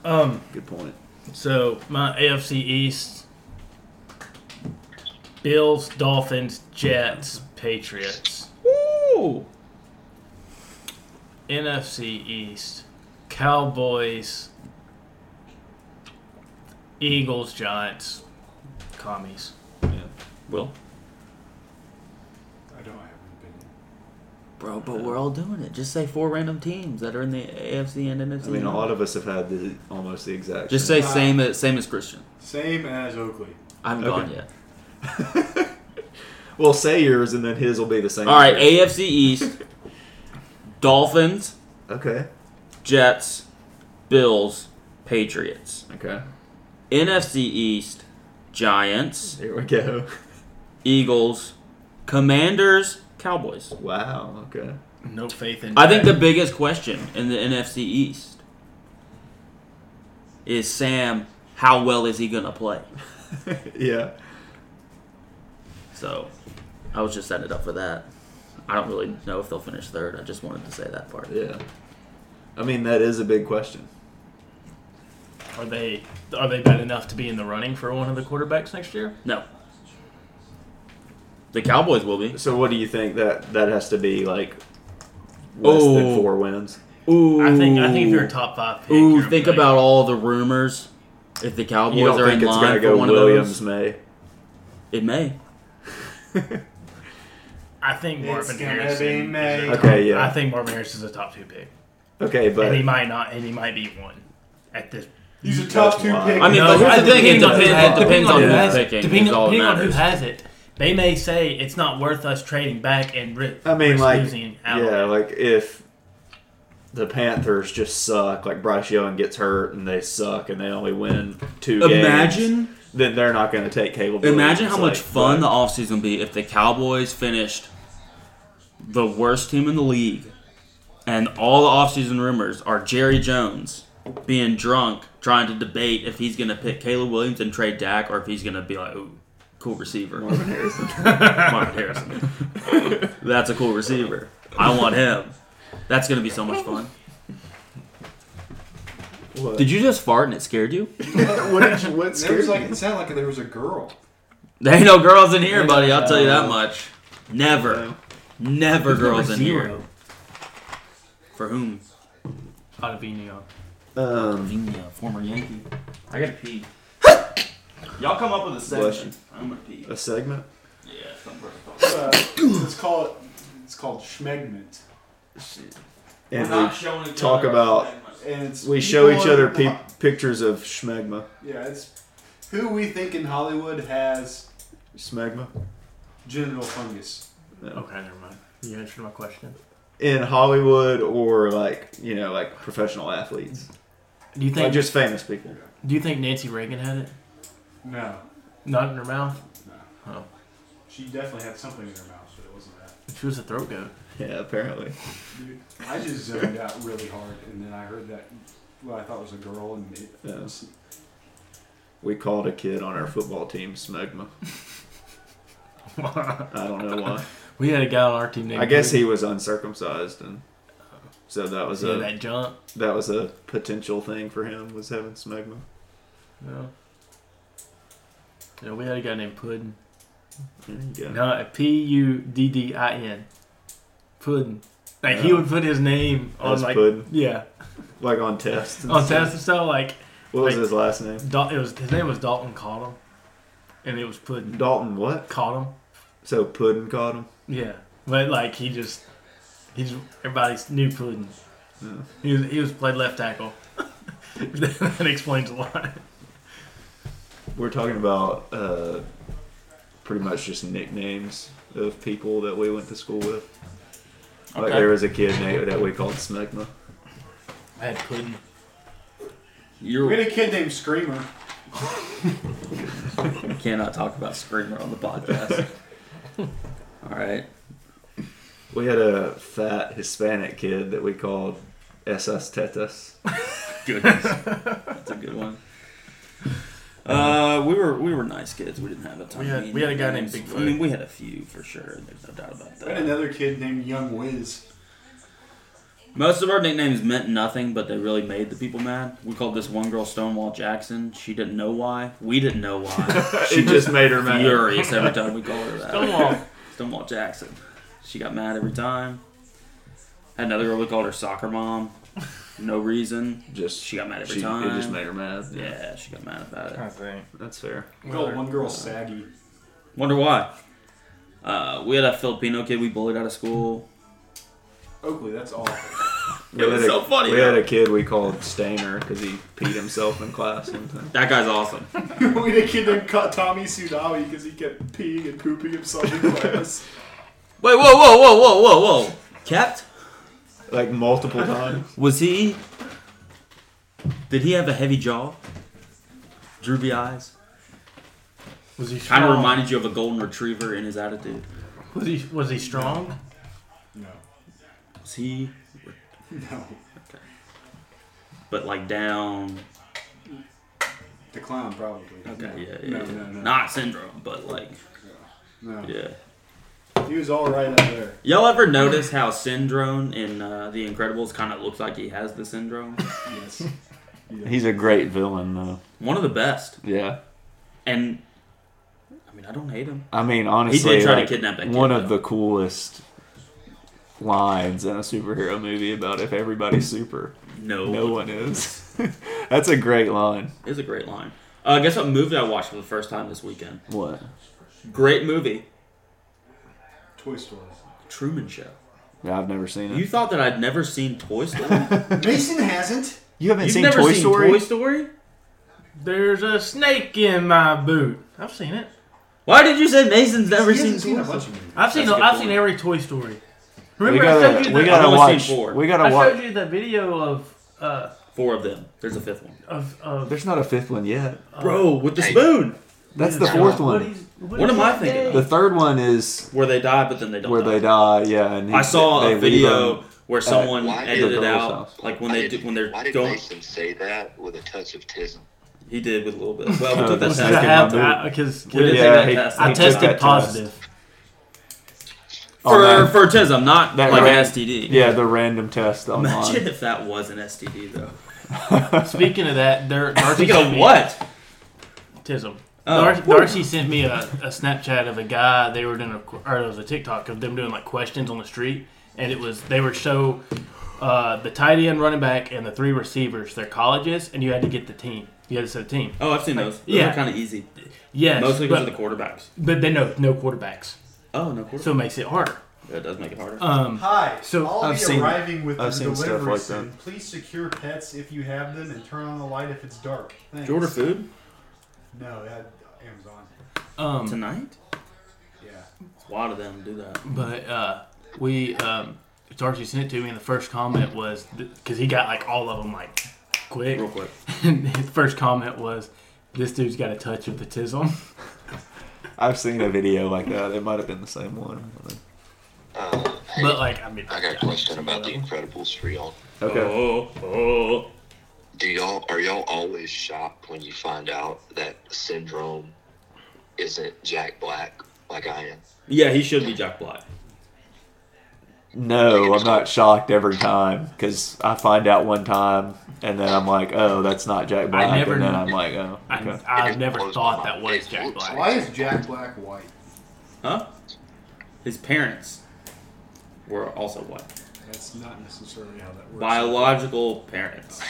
Um.
good point.
So my AFC East: Bills, Dolphins, Jets, Patriots.
Ooh.
NFC East: Cowboys, Eagles, Giants, Commies.
Will.
I don't have an
Bro, but we're all doing it. Just say four random teams that are in the AFC and NFC.
I mean, a lot of us have had the almost the exact.
Just
same.
say same as same as Christian.
opinion. Same as Oakley.
I haven't
Okay.
gone yet.
well, say yours, and then his will be the same.
All right, AFC East: Dolphins,
okay.
Jets, Bills, Patriots.
Okay.
NFC East: Giants,
Here we go.
Eagles, Commanders, Cowboys.
Wow. Okay.
No faith in.
I think the biggest question in the NFC East is Sam. How well is he gonna play?
yeah.
So, I was just setting it up for that. I don't really know if they'll finish third. I just wanted to say that part.
Yeah. I mean, that is a big question.
are they are they bad enough to be in the running for one of the quarterbacks next year?
No. The Cowboys will be.
So, what do you think that that has to be like? Less than
Oh.
four wins.
Ooh.
I think I think they're a top five. Pick.
Ooh,
you're
think
like,
about all the rumors. If the Cowboys
You don't
are
think
in
it's
line
gonna
for
go
one
Williams
of those,
May?
it may.
I think
It's
Marvin
gonna
Harris.
be
is a-
me.
Okay, yeah.
I think Marvin Harris is a top two pick.
Okay,
and he
but
might not, and he might be one at this.
He's a top two
wild.
pick.
I mean, but
No, here's
here's the
the
thing: it
thing,
depends,
though.
it depends on
Depending on
who's
who has-
picking.
Depending,
is all that
depending on who
matters.
has it, they may say it's not worth us trading back and ri-
I mean,
risk
like,
losing out.
yeah, like if the Panthers just suck, like Bryce Young gets hurt and they suck and they only win two games,
Imagine-
then they're not going to take Caleb.
Imagine how
Williams,
much
like,
fun the
but-
offseason would be if the Cowboys finished the worst team in the league and all the offseason rumors are Jerry Jones being drunk trying to debate if he's going to pick Caleb Williams and trade Dak or if he's going to be like, ooh, cool receiver. Marvin Harrison. Marvin Harrison. That's a cool receiver. I want him. That's going to be so much fun.
What?
Did you just fart and it scared you?
what did you, what
There
scared
was like
you?
it sounded like there was a girl.
There ain't no girls in here, buddy. I'll tell you that much. Never. Never girls in here. For whom?
Out of Vigneault.
Um,
Vigna, uh, former Yankee. I gotta pee. Y'all come up with a
section.
I'm gonna pee.
a segment.
Yeah.
Uh, it's called it's called schmegment,
And
We're not
we
showing each
talk
other.
about-
and it's
we show
people
each other
in-
pe- pictures of schmegma.
Yeah, it's who we think in Hollywood has
Smegma.
genital fungus.
Okay, never mind. You answered my question.
in Hollywood or like you know like professional athletes,
Do you
like
think?
just famous people.
do you think Nancy Reagan had it?
No,
Not in her mouth.
she definitely had something in her mouth, but it wasn't that.
She was a throat goat.
Yeah, apparently.
Dude, I just zoned out really hard, and then I heard that what I thought was a girl, and it,
Yeah. We called a kid on our football team Smegma. I don't know why.
we had a guy on our team named.
I guess he was uncircumcised, and so that was
Yeah,
a
that jump.
that was a potential thing for him was having Smegma.
No. Yeah, we had a guy named Puddin.
There you go.
No, P U D D I N. Puddin. Like he
Yeah.
would put his name on
As
like
Puddin'.
yeah
Like on tests. and
on
stuff.
tests and stuff. Like
What was
like-
his last name?
Dal- it was his name was Dalton Cottom, and it was Puddin
Dalton. What?
Cottom.
So Puddin caught him.
Yeah, but like he just he just everybody knew Puddin.
Yeah.
He was he was played left tackle. that explains a lot.
We're talking about uh, pretty much just nicknames of people that we went to school with. Like
Okay.
there was a kid named, that we called Smegma.
I had Puddin.
You
we had a kid named Screamer.
cannot talk about Screamer on the podcast. All right.
We had a fat Hispanic kid that we called SS Tetas.
Goodness. That's a good one. Uh, we were we were nice kids. We didn't have a ton.
We
of
had-
mean
we had a guy named
nicknames.
Bigfoot.
I mean, we had a few for sure. There's no doubt about
We had
that.
another kid named Young Wiz.
Most of our nicknames meant nothing, but they really made the people mad. We called this one girl Stonewall Jackson. She didn't know why. We didn't know why.
She just made her mad.
Furious every time we called her that.
Stonewall.
Stonewall Jackson. She got mad every time. Had another girl we called her soccer mom. No reason.
Just
She got mad every
she-
time.
It just made her mad. Yeah,
Yeah, she got mad about it.
I think.
that's fair.
We called one girl Saggy.
Wonder why. Uh, we had a Filipino kid we bullied out of school.
Oakley, that's all.
We
It
had
was
a,
so funny,
We had
though.
a kid we called Stainer because he peed himself in class one time.
That guy's awesome.
we had a kid named Ka- Tommy Tsunami because he kept peeing and pooping himself in class.
Wait, whoa, whoa, whoa, whoa, whoa, whoa. Kept?
Like multiple times.
Was he? Did he have a heavy jaw? Droopy eyes.
Was he
Kind of
strong?
reminded you of a golden retriever in his attitude.
Was he was he strong?
No,
Was he?
no,
But like down.
the clown probably. No.
Okay, yeah, yeah, yeah.
no, no, no,
Not syndrome, but like,
no.
yeah.
He was all right up there.
Y'all ever notice how Syndrome in uh, The Incredibles kind of looks like he has the syndrome?
Yes.
He's a great villain though.
One of the best.
Yeah.
And I mean, I don't hate him.
I mean, honestly,
try to
like,
kidnap that kid,
one of
though.
the coolest lines in a superhero movie about if everybody's super,
No,
no one is. That's a great line.
It's a great line. Uh, guess what movie I watched for the first time this weekend?
What?
Great movie,
Toy Story.
Truman Show.
Yeah, I've never seen it.
You
You,
thought that I'd never seen Toy Story?
Mason hasn't.
haven't
You've
seen
never
Toy
seen
Story?
Toy Story?
There's a snake in my boot. I've seen it.
Why did you say Mason's never
he
seen,
hasn't seen
Toy
a
Story?
bunch of movies.
I've seen
That's a good
I've
point.
seen every Toy Story.
We
Remember I showed
gotta,
you
we
the,
gotta
I've only
watch.
seen four.
We gotta
I
watch.
showed you the video of uh
Four of them. There's a fifth one.
of of uh,
There's not a fifth one yet.
Bro, with the
Hey.
spoon.
That's the fourth
What,
one.
is, what,
What
is
am I
that
thinking
day?
of?
The third one is
Where they die, but then they don't.
where
die.
they die. Yeah, and he-
I saw
they
a
leave
video
him.
where someone
why did-
edited
The girl's
out,
house.
like when
Why
they
did-
do, when they're
Why did
going.
Mason say that with a touch of tism?
He did with a little bit. Well,
Oh,
we took that
that's
Because
Snake in my boot.
test.
I have to, because
We did
Yeah,
take
he-
that test.
I
I
He took
tested
that
that
tested
test.
positive.
positive.
Oh,
for
man.
for tism, not
That
like
ran-
an STD.
Yeah, the random test online.
Imagine if that was an STD though.
Speaking of that, there, Darcy
Speaking
sent
of
me-
what?
Tism.
Oh.
Dar- Darcy sent me a, a Snapchat of a guy. They were doing a, or it was a TikTok of them doing like questions on the street, and it was they were so uh, the tight end, running back, and the three receivers, their colleges, and you had to get the team. You had to set a team.
Oh, I've seen those. Those
Yeah.
are kind of easy.
Yes,
Mostly because
but,
of the quarterbacks.
but they no no quarterbacks.
Oh no, quarter.
so it makes it harder.
that does make it harder.
Um,
Hi.
So,
I'll
I've
be
seen-
arriving with
I've
the
seen stuff
delivery
like
soon.
that.
Please secure pets if you have them, and turn on the light if it's dark. Thanks.
Did you order food
No, that Amazon.
um,
tonight?
Yeah.
It's wild of them to do that.
but uh, we um, Darcy sent it to me, and the first comment was because he got like all of them like quick.
Real quick.
And his first comment was, "This dude's got a touch of autism."
I've seen a video like that. It might have been the same one.
Uh, hey,
But like, I mean,
I got a question about The Incredibles for y'all.
Okay.
Oh, oh.
Do y'all are y'all always shocked when you find out that syndrome isn't Jack Black like I am?
Yeah, he should be Jack Black.
No, I'm not shocked every time because I find out one time and then I'm like, oh, that's not Jack Black.
never
and then
knew-
I'm like, oh, okay.
I, I've
It
never
blows
thought
my
that
mind.
was
It
Jack
looks
Black.
Why is Jack Black white?
Huh? His parents were also white.
That's not necessarily how that works.
Biological parents.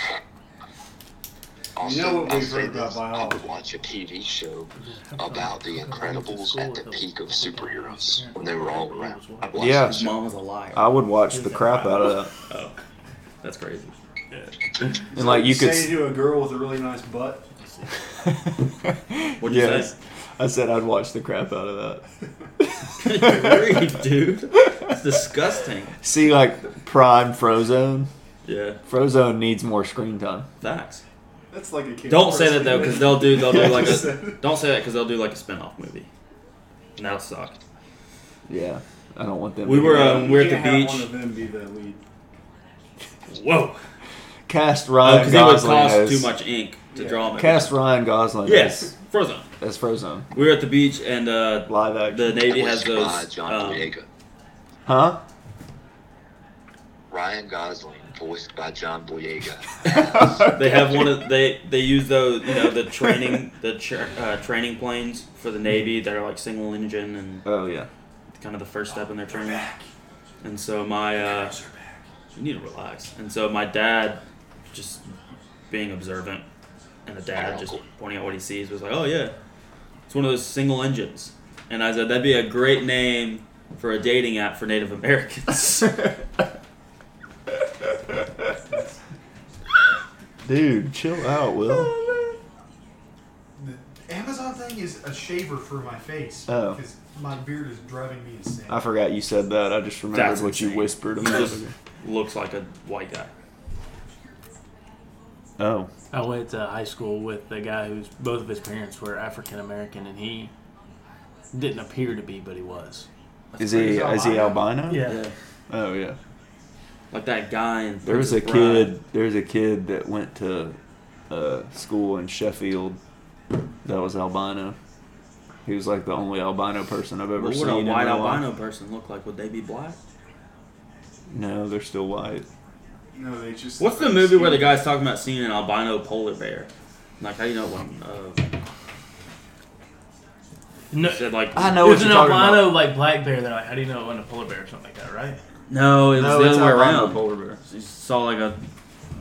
Also,
You know what
I'll
we've
say
heard about
this, I
biology.
would watch a TV show about the Incredibles at the peak of superheroes when they were all around. I'd watch
Yeah.
that
His
show.
mom was a liar.
I would watch the crap out of that.
Oh, that's crazy.
And like you could.
say to a girl with a really nice butt.
What'd you
yes. I said I'd watch the crap out of
say?
that.
Great, dude. It's disgusting.
See, like prime Frozone.
Yeah,
Frozone needs more screen time.
facts.
That's like a kid.
Don't say that though, because they'll do they'll do like
Just
a
said-
don't say that because they'll do like a spin-off movie. And that'll suck.
Yeah, I don't want them.
We
to
were
do that.
um, we're at
Can't
the
have One
beach.
of them be the lead.
Whoa,
cast
because
Ryan
he Uh, would
Gosling
cost
as
too much ink to
Yeah.
draw him.
cast Ryan Gosling.
Yes, Frozen.
as, as Frozone
We were at the beach and uh,
live action.
the Navy
That
has
was,
those.
uh, John
um,
Boyega.
huh?
Ryan Gosling, voiced by John Boyega.
They have one of they they use those you know the training the tra- uh, training planes for the Navy that are like single engine and
Oh yeah.
kind of the first step in their training. And so my uh, you need to relax. And so my dad, just being observant, and the dad just pointing out what he sees was like, oh yeah, it's one of those single engines. And I said that'd be a great name for a dating app for Native Americans.
Dude, chill out, Will.
The Amazon thing is a shaver for my face
Oh.
because my beard is driving me insane.
I forgot you said that. I just remembered
That's
what you
insane.
whispered a
He
minute
just
ago.
looks like a white guy.
Oh,
I went to high school with a guy whose both of his parents were African American, and he didn't appear to be, but he was.
is he
He's
is he albino?
Yeah.
Oh yeah.
Like that guy in
There was a
Princess Bride.
kid. There was a kid that went to uh, school in Sheffield. That was albino. He was like the only albino person I've ever
What
seen.
would a
in
white
my life.
albino person look like? Would they be black?
No, they're still white.
No, they just.
What's the movie where the guy's talking about seeing an albino polar bear? Like how do you know one? Uh,
No,
he said like
I know what
there's
you're
an
talking
albino
about.
like black bear. They're like, how do you know it wasn't a polar bear or something like that, right?
no, it was
No,
the
it's
other way
albino
around.
polar bear.
He saw like a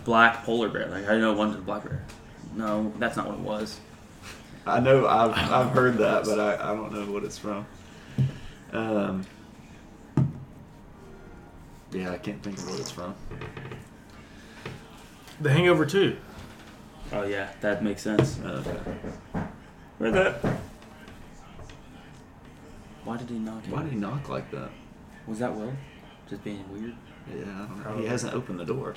black polar bear. Like how do you know one's a black bear? No, that's not what it was.
I know. I've I've heard that, but I, I don't know what it's from. Um. Yeah, I can't think of what it's from.
The Hangover Two.
Oh yeah, that makes sense.
Okay.
Read that. Why did he knock?
Why
it?
did he knock like that?
Was that Will? Just being weird.
Yeah, I don't know.
Probably.
He hasn't opened the door.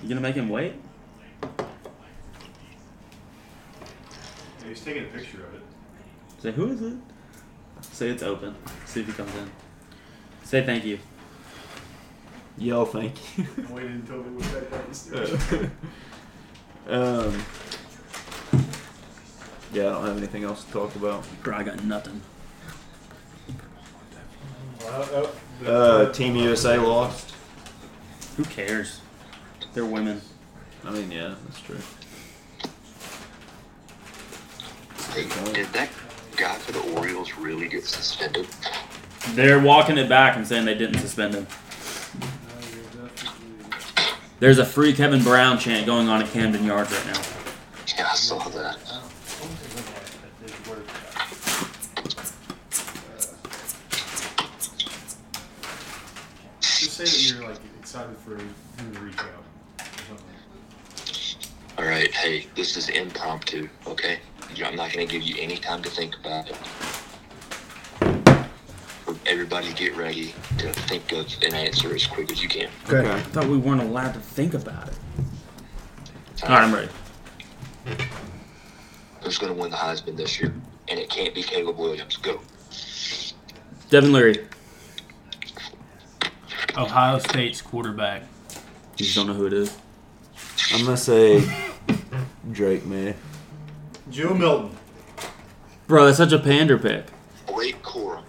You gonna make him wait?
He's taking a picture of it.
Say, who is it? Say it's open. See if he comes in. Say thank you.
Yell, thank you.
I waited until we went back down the stairs.
um, yeah, I don't have anything else to talk about.
Bro, I got nothing.
Well, oh, the-
Uh, Team USA lost.
Who cares? They're women.
I mean, yeah, that's true.
Hey, did that guy for the Orioles really get suspended?
They're walking it back and saying they didn't suspend him. There's a free Kevin Brown chant going on at Camden Yards right now.
Yeah, I saw that.
say that you're like excited for him to reach out? or something?
All right, hey, this is impromptu, okay? You- I'm not going to give you any time to think about it. Everybody get ready to think of an answer as quick as you can.
Okay.
I thought we weren't allowed to think about it.
All
All right, I'm ready.
Who's going to win the Heisman this year? And it can't be Caleb Williams. Go.
Devin Leary.
Ohio State's quarterback.
You just don't know who it is.
I'm gonna say Drake May.
Joe Milton.
Bro, that's such a pander pick.
Blake Corum.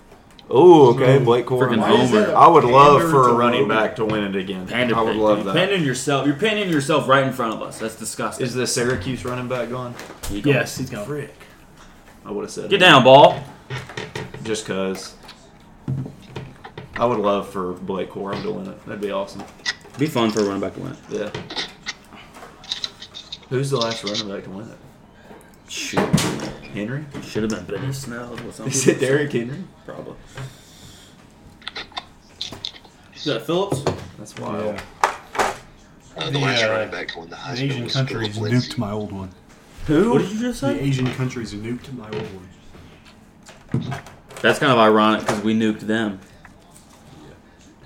Oh, okay, Blake Corum.
Freaking
Why is
Homer.
that a
I would love
pander
for
to
a running
Logan?
back to win it again.
Pander
I would
pick.
love
dude.
that.
Pandering yourself. You're pandering yourself right in front of us. That's disgusting.
Is the Syracuse running back gone?
You go.
Yes, he's going.
Frick. I would have said
Get
that.
down, ball.
just cause. I would love for Blake Corum to win it. That'd be awesome.
Be fun for a running back to win.
Yeah. Who's the last running back to win it?
Shoot.
Henry?
Should have been Benny Snell or something.
Is it Derrick Henry?
Probably. Is that Phillips?
That's wild.
Uh, the,
The,
last
uh,
running back to win the
The
Heisman
Asian
was
countries
Philip Lindsay.
nuked my old one.
Who? What did you just
The
say?
Asian countries nuked my old one.
That's kind of ironic because we nuked them.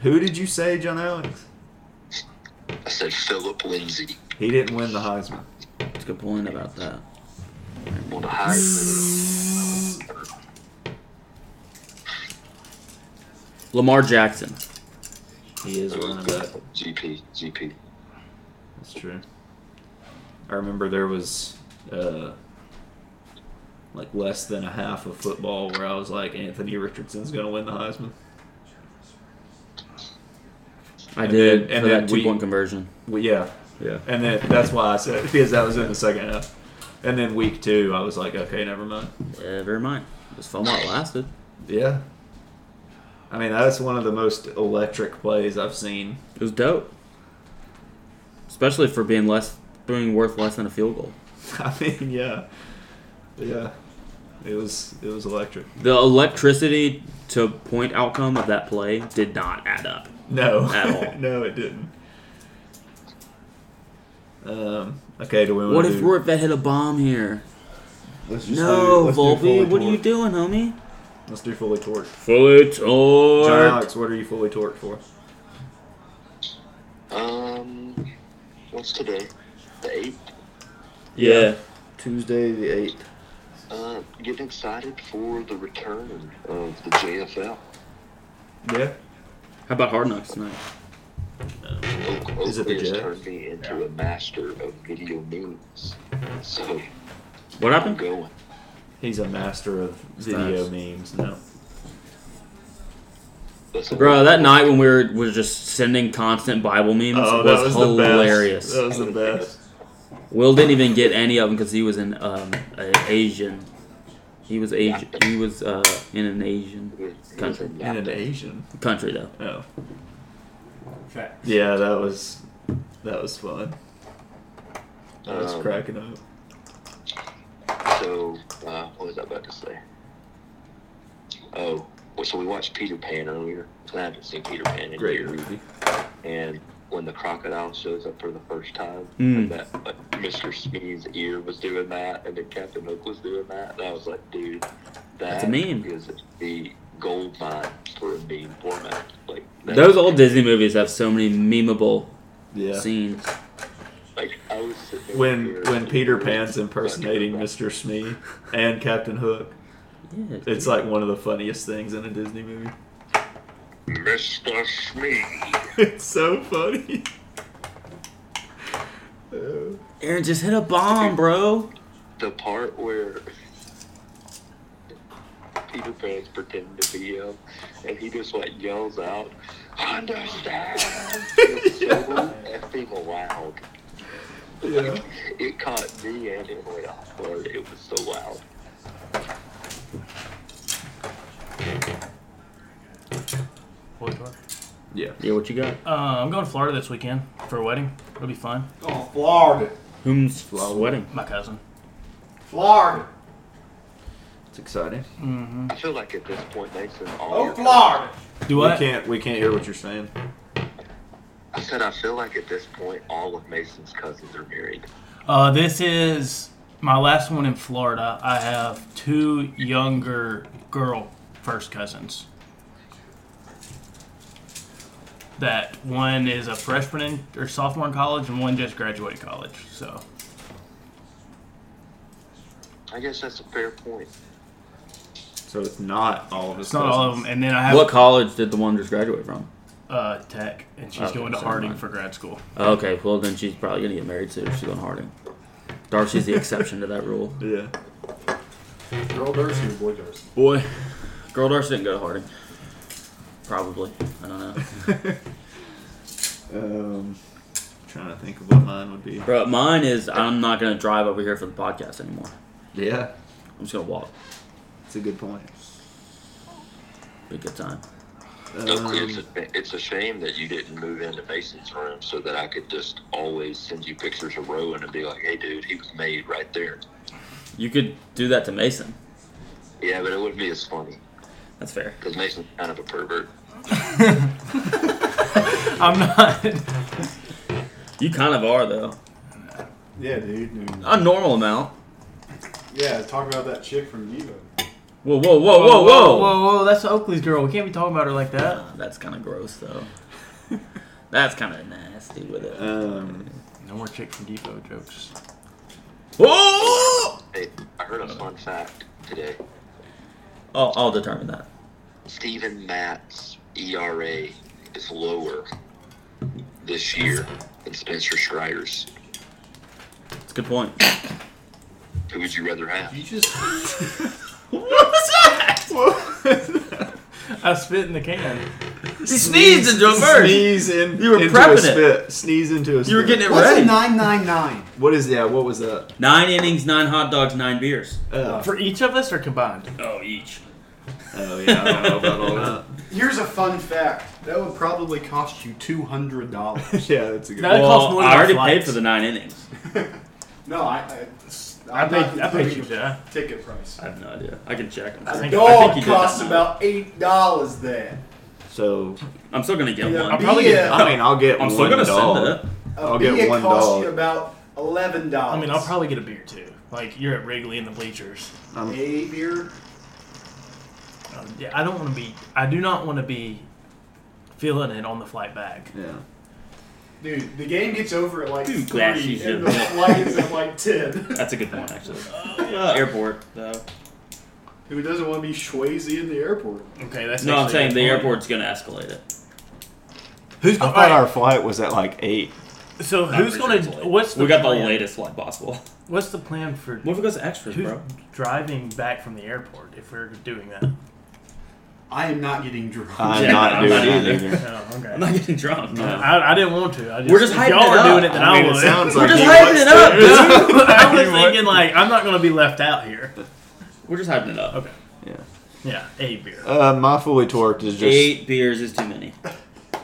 Who did you say, John Alex?
I said Philip Lindsay
He didn't win the Heisman.
It's a good point about that.
won the Heisman.
Lamar Jackson.
He is running back.
GP, GP.
That's true. I remember there was uh, like less than a half of football where I was like, Anthony Richardson's going to win the Heisman.
I
And
did
then- and
for
then
that
we-
two-point conversion.
Well, yeah, yeah. And then that's why I said because that was in the second half. And then week two, I was like, okay, never mind.
Never mind. It was fun while it lasted.
Yeah. I mean, that's one of the most electric plays I've seen.
It was dope. Especially for being less, being worth less than a field goal.
I mean, yeah, yeah. It was it was electric.
The electricity to point outcome of that play did not add up.
No,
At all.
no, it didn't. Um. Okay. Do we want
What
to
if
do,
Roy Vet hit a bomb here?
Let's
No, Volpe, what are you doing, homie?
Let's do fully torqued.
Fully
John
torqued.
Alex, what are you fully torqued for?
Um, what's today? The 8th?
Yeah.
Tuesday the eighth.
Uh, getting excited for the return of the JFL.
Yeah.
How about Hard Knocks tonight?
Oak,
Is it the
Oakley has
Jet?
turned me into a master of video memes. So
What
I'm
happened?
going.
He's a master of video memes. No.
That's a-
Bro, that night when we were, we were just sending constant Bible memes
Oh,
was, hilarious.
That was the best.
Will didn't even get any of them because he was in um, a Asian. He was Asian. He was uh, in an Asian Country.
In an Asian.
country though.
Oh.
Facts.
Yeah, that was that was fun. That was
Um,
cracking up.
So, uh, what was I about to say? Oh, well, so we watched Peter Pan earlier. And I haven't seen Peter Pan in
Great
years.
movie.
And when the crocodile shows up for the first time,
Mm.
and that like, Mr. Smee's ear was doing that, and then Captain Hook was doing that, and I was like, dude, that
That's a meme.
is the gold mine for a meme format. Like that-
Those old Disney movies have so many memeable
Yeah.
scenes.
Like I was sitting there
When
here,
when
like,
Peter
dude,
Pan's
like,
impersonating
that-
Mr. Smee and Captain Hook,
Yeah,
it's like one of the funniest things in a Disney movie.
Mr. Smee.
It's so funny. Uh,
Aaron just hit a bomb, bro.
The part where Peter Pan's pretending to be him, and he just like yells out, "Understand!" it's so effing loud.
yeah.
It caught me and it went off guard. It was so loud.
Yeah.
Yeah, what you got?
Uh, I'm going to Florida this weekend for a wedding. It'll be fun.
Oh, Florida.
Whom's sweating?
My cousin.
Florida.
It's exciting.
I feel like at this point, Mason, all
Oh,
your-
Florida.
Do
We
what?
can't we can't hear what you're saying.
I I said I feel like at this point all of Mason's cousins are married.
Uh, this is my last one in Florida. I have two younger girl first cousins. That one is a freshman in, or sophomore in college, and one just graduated college. So
I guess that's a fair point.
So it's not all of his.
it's not all of them. And then I have
What college did the one just graduate from?
uh, tech, and she's
Okay,
going to
never
Harding
mind.
for grad school.
Oh, Okay, well then she's probably gonna get married soon. if She's on Harding. Darcy's the exception to that rule.
Yeah.
Girl Darcy and boy Darcy.
Boy, girl Darcy didn't go to Harding. Probably. I don't know.
Um, trying to think of what mine would be.
Bro, mine is I'm not gonna drive over here for the podcast anymore.
Yeah,
I'm just gonna walk.
it's a good point.
Be a good time.
it's,
Um,
a, it's a shame that you didn't move into Mason's room so that I could just always send you pictures of Rowan and be like, hey, dude, he was made right there.
You could do that to Mason.
Yeah, but it wouldn't be as funny
That's fair.
because Mason's kind of a pervert.
I'm not.
You kind of are though.
Yeah, dude. no.
A normal amount.
Yeah, talk about that chick from Devo.
Whoa, whoa, whoa, whoa,
whoa,
whoa.
whoa! That's Oakley's girl. We can't be talking about her like that.
Uh, that's kind of gross though. that's kind of nasty with it.
um,
No more chick from Depot jokes.
Whoa!
Hey, I heard a fun fact today.
Oh, I'll determine that.
Stephen Matt's ERA is lower this year than Spencer Strider's.
It's a good point.
Who would you rather have?
You just
what was that?
I spit in the can.
He sneezed into a verse.
Sneeze in,
You were
into
prepping
a
it.
spit. Sneeze into a spit.
You were getting it
What's a
ready.
nine nine nine?
What is that? What was that?
Nine innings, nine hot dogs, nine beers.
Uh,
For each of us or combined?
Oh, each.
oh yeah, I don't know about all
Here's a fun fact. That would probably cost you two hundred dollars.
that. yeah, that's a good.
That
One.
well,
costs more than
I
our
already paid
flights.
for the nine innings.
No, I. I
I
I'm
paid. I
not
paid
including
you,
the
Jack.
Ticket price.
I have no idea. I can check. I'm,
I
sure.
think-
I
Dog
think you did
costs
that.
about eight dollars there.
So
I'm still gonna get
Yeah.
one.
I'm probably
Beer.
getting-
I mean, I'll get
I'm still
one
gonna
dog.
send it.
A
I'll get
beer
one
costs
dog.
you about eleven dollars.
I mean, I'll probably get a beer too. Like you're at Wrigley in the bleachers.
I'm-
a beer.
Um, yeah, I don't want to be. I do not want to be feeling it on the flight back.
yeah.
Dude, the game gets over at like
Two
three,
glasses
and
of
the
milk.
flight is at like ten.
That's a good point, actually. Uh, airport, though.
Who doesn't want to be schwazy in the airport?
Okay, that's
No, I'm
actually a
saying
good
the
point.
airport's gonna escalate it.
Who's? I
Alright.
thought our flight was at like eight.
So
I'm
who's
pretty
gonna?
sure it's late.
What's the
we got the
plan?
latest flight possible.
What's the plan for
What if it goes extras,
who's
bro?
driving back from the airport if we're doing that?
I am not getting drunk.
I'm
Yeah,
not
I'm
doing
not
that
either.
either.
Oh, okay.
I'm not getting drunk.
I, I didn't want to. I just,
We're just
if
hyping
y'all
it
are
up.
doing it, then I,
I mean,
would.
it sounds
We're
like
just
he
hyping
wants
it
to-
up, dude.
I was thinking like I'm not gonna be left out here.
We're just hyping it up.
Okay.
Yeah.
Yeah, a beer.
Uh, my fully torqued is just eight,
Eight beers is too many.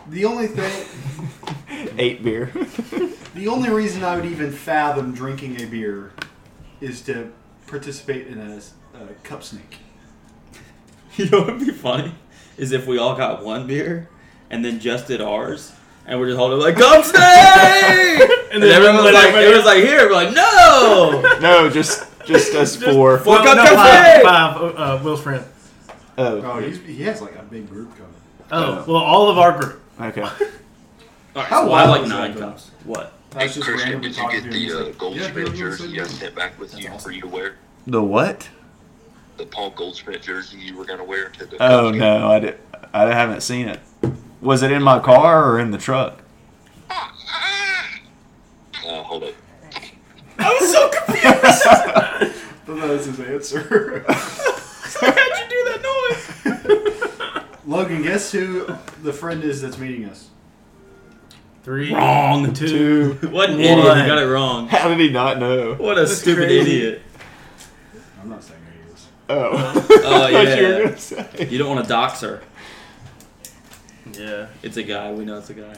The only thing,
beer.
the only reason I would even fathom drinking a beer is to participate in a, a cup snake.
You know what'd be funny is if we all got one beer and then just did ours, and we're just holding like "Come stay," and,
then
everyone was like,
let everybody
"Everyone's like here," we're like, "No."
no, just just us four.
Fuck up,
no,
come
five,
stay.
five, uh, Will's friend.
Oh,
Oh, he's, he has like a big group coming.
Oh,
Oh.
well, all of our group.
okay.
All right,
How
so I
wild
like
is that,
nine
though?
cups. What?
I
Hey,
was just
Christian,
randomly
did you
talking
get
to him, he's
the uh,
like,
yeah,
Goldschmidt
everyone said
jersey I
that.
sent back with you for you to wear?
The what?
The Paul Goldschmidt jersey you were going to wear to the
Oh
Cubs game?
no, I did, I haven't seen it. Was it in my car or in the truck?
Uh, hold up.
I was so confused.
That was his answer.
How'd you do that noise?
Logan, guess who the friend is that's meeting us?
Three,
Wrong.
two.
What an idiot! You
One.
got it wrong.
How did he not know?
What a stupid
crazy.
idiot.
I'm not saying who he is.
Oh,
Oh
I thought you were
yeah.
gonna say.
You don't want to dox her.
Yeah.
It's a guy. We know it's a guy.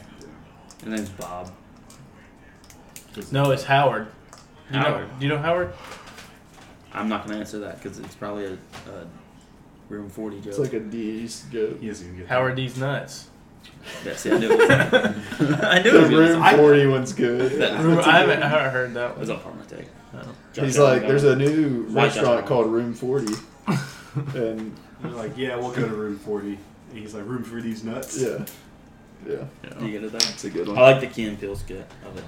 His name's Bob.
No, it's Howard. Do you know-
Howard.
do you know Howard?
I'm not gonna answer that because it's probably a, a room 40 joke.
a D's joke.
He isn't gonna get
Howard D's nuts.
Yeah, see, I knew it was. I knew it
The
was gonna
room
sound-
forty one's good.
That-
Room
I haven't,
41.
I haven't heard that
That
one. Oh.
was up on my take.
He's like, there's a new
White
restaurant
Dutchman.
called Room Forty, and
They're like, yeah, we'll go to room 40. And he's like, room for these nuts?
yeah, yeah,
You get it
That's a good
I
one.
like the Key and Peele skit of it.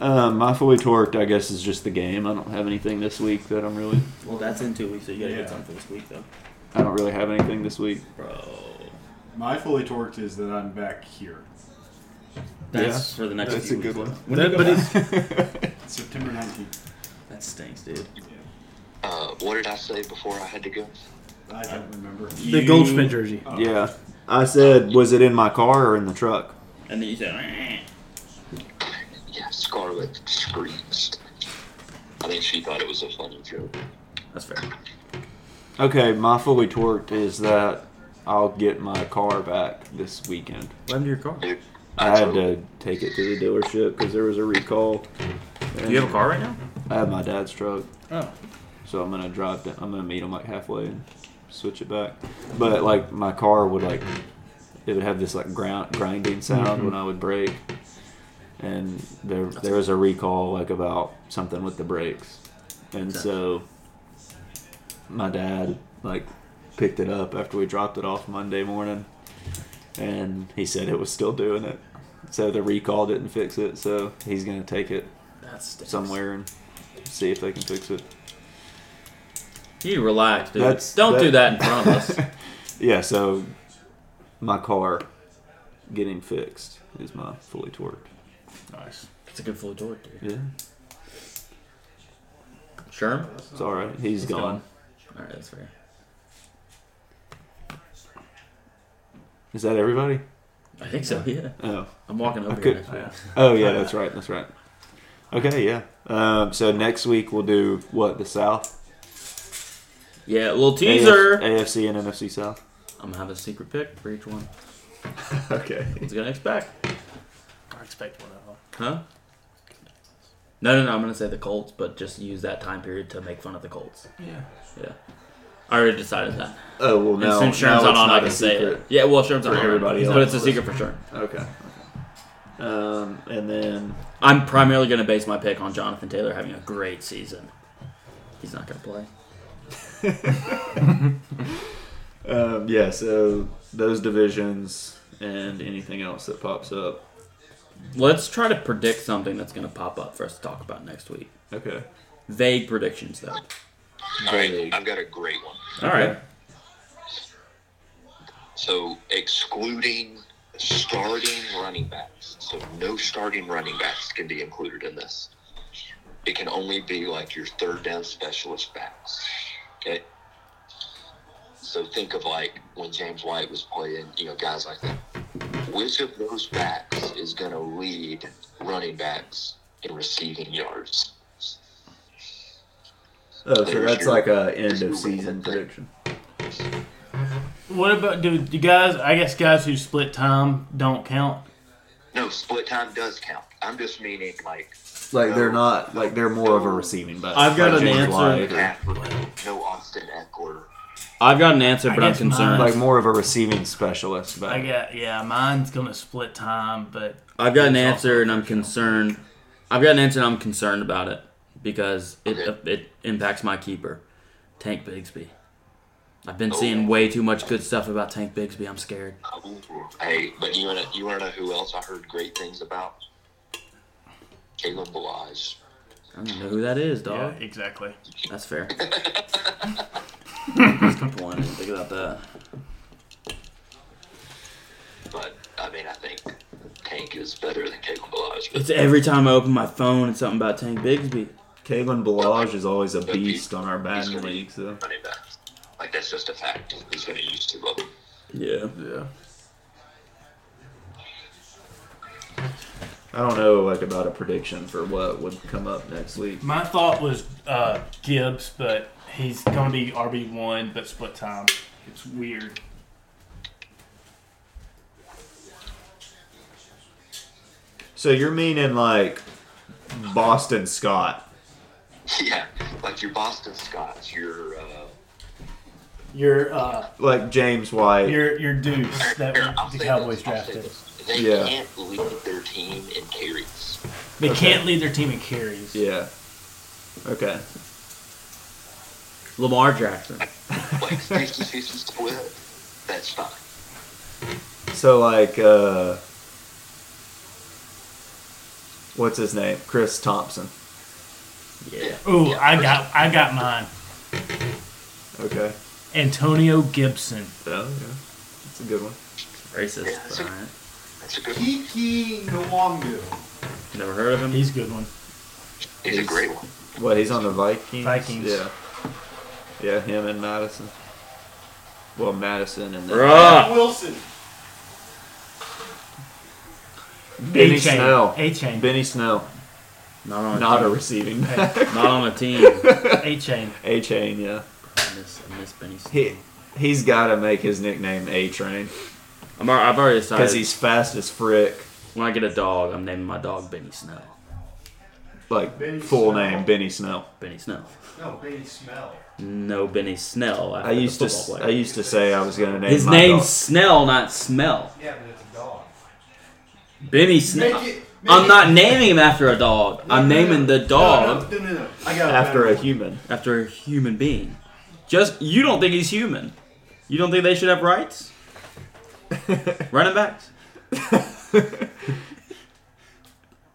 Um, my fully torqued, I guess, is just the game. I don't have anything this week that I'm really.
Well, that's in two weeks, so you gotta
Yeah.
get something this week, though.
I don't really have anything this week.
Bro.
My fully torqued is that I'm back here.
That's for the next
That's
few
a good
weeks,
one.
though. When do you
That-
go
but
back?
It's September 19th.
That stinks, dude.
Uh, what did I say before I had to go?
I don't remember.
The Goldspin jersey.
Oh.
Yeah. I said, was it in my car or in the truck?
And then you said, "Eh."
Yeah, Scarlett screams. I think she thought it was a funny joke.
that's fair.
Okay, my fully torqued is that I'll get my car back this weekend.
What happened to your car? Do
Dude,
I had to take it to the dealership because there was a recall. Do
you have a car right now?
I have my dad's truck,
Oh.
so I'm gonna drive. Down, I'm gonna meet him like halfway and switch it back. But like my car would like it would have this like ground grinding sound when I would brake, and there there was a recall like about something with the brakes, and so my dad like picked it up after we dropped it off Monday morning, and he said it was still doing it. So the recall didn't fix it, so he's gonna take it
That stinks.
somewhere and see if they can fix it.
You relax, dude.
That's-
Don't
that-
do that in front of us.
Yeah, so my car getting fixed is my fully torqued.
Nice.
It's a good full door, dude.
Yeah,
Sherm?
it's all right. He's
It's
gone.
gone. All right, that's fair.
Is that everybody?
I think so, yeah.
Oh,
I'm walking over
I
here
could-
next week.
oh yeah, that's right. That's right. Okay, yeah. Um, so next week we'll do what the South
Yeah, little
AF-
teaser.
AFC and NFC South.
I'm gonna have a secret pick for each one.
Okay.
What's gonna expect?
I expect one of them.
Huh? No, no, no. I'm gonna say the Colts, but just use that time period to make fun of the Colts.
Yeah.
Yeah, I already decided that.
Oh well,
and
now,
since Sherm's
now
not
it's
on,
not
I
a
can say it.
secret.
Yeah, well, Sherm's
for
not on,
everybody
but
else.
it's a secret for Sherm.
Okay. Um, and then
I'm primarily gonna base my pick on Jonathan Taylor having a great season. He's not gonna play.
Um, yeah, so those divisions and anything else that pops up.
Let's try to predict something that's gonna pop up for us to talk about next week.
Okay.
Vague predictions, though.
All right,
Vague.
I've got a great one.
All right.
So, excluding starting running backs, so no starting running backs can be included in this. It can only be like your third down specialist backs. Okay. So think of like when James White was playing, you know, guys like that. Which of those backs is going to lead running backs in receiving yards?
Oh, so that's like a end of season prediction.
What about do you guys? I guess guys who split time don't count.
No, split time does count. I'm just meaning like
Like they're not like they're more of a receiving back.
I've got
like
an
James
answer.
White or-
half, no Austin Eckler.
I've got an answer, but
I
I'm
guess
concerned.
mine-
Like more of a receiving specialist
I
back.
got yeah. Mine's gonna split time, but
I've got an answer and I'm concerned. I've got an answer and I'm concerned about it because it uh, it impacts my keeper, Tank Bigsby. I've
Oh.
been seeing way too much good stuff about Tank Bigsby. I'm scared.
Hey, but you wanna you wanna know who else I heard great things about? Caleb Balaj.
I don't know who that is,
yeah,
dog.
exactly.
That's fair. That's a good point. I didn't think about that.
But I mean, I think Tank is better than Caleb Balaj. But
It's every time I open my phone, it's something about Tank Bigsby.
Kalen Balaj is always a beast on our Madden league. So
running back, like that's just a fact. He's gonna use two of them.
Yeah.
yeah. I don't know like about a prediction for what would come up next week.
My thought was uh, Gibbs, but he's gonna be RB one, but split time. It's weird.
So you're meaning like Boston Scott.
Yeah, like your Boston Scots, your uh,
your uh,
Like James White.
your your deuce that
Here, I'll
the
say
Cowboys
this, I'll say
drafted.
this. They
Yeah.
can't lead their team in carries.
They can't lead their team in carries.
yeah. Okay.
Lamar Jackson.
Like 50 50 split, that's fine.
So like uh what's his name? Chris Thompson.
Yeah.
Ooh, I got I got mine.
Okay.
Antonio Gibson.
Oh yeah. That's a good one.
Racist.
Yeah, that's
but
a-
alright.
That's a good one.
Kiki Nwangu.
Never heard of him.
He's a good one.
He's a great one.
What, he's on the Vikings?
Vikings.
Yeah. Yeah, him and Madison. Well Madison and then
Bruh.
Wilson.
Benny
A-chain.
Snell.
A-chain.
Benny Snell.
Not on a
Not a
team.
receiving
Hey.
back.
Not on a team. I
A chain.
A chain, yeah.
miss, I miss Benny. Snell.
He he's gotta make his nickname A Train.
I'm, al- I've already
Because
decided.
he's fast as frick.
when I get a dog, I'm naming my dog Benny Snell.
Like
Benny
full
Snell.
name, Benny Snell.
Benny Snell.
No, Benny Smell.
No Benny Snell.
I used to s- I used to say I was gonna name
His
my
name's
dog-
Snell, not Smell.
Yeah, but it's a dog.
Benny Snell.
Make it- make
I'm
it-
not naming him after a dog. I'm naming the dog
No, no, no, no. I got
after
better
a
one.
human.
after a human being. Just you don't think he's human. You don't think they should have rights? Running backs?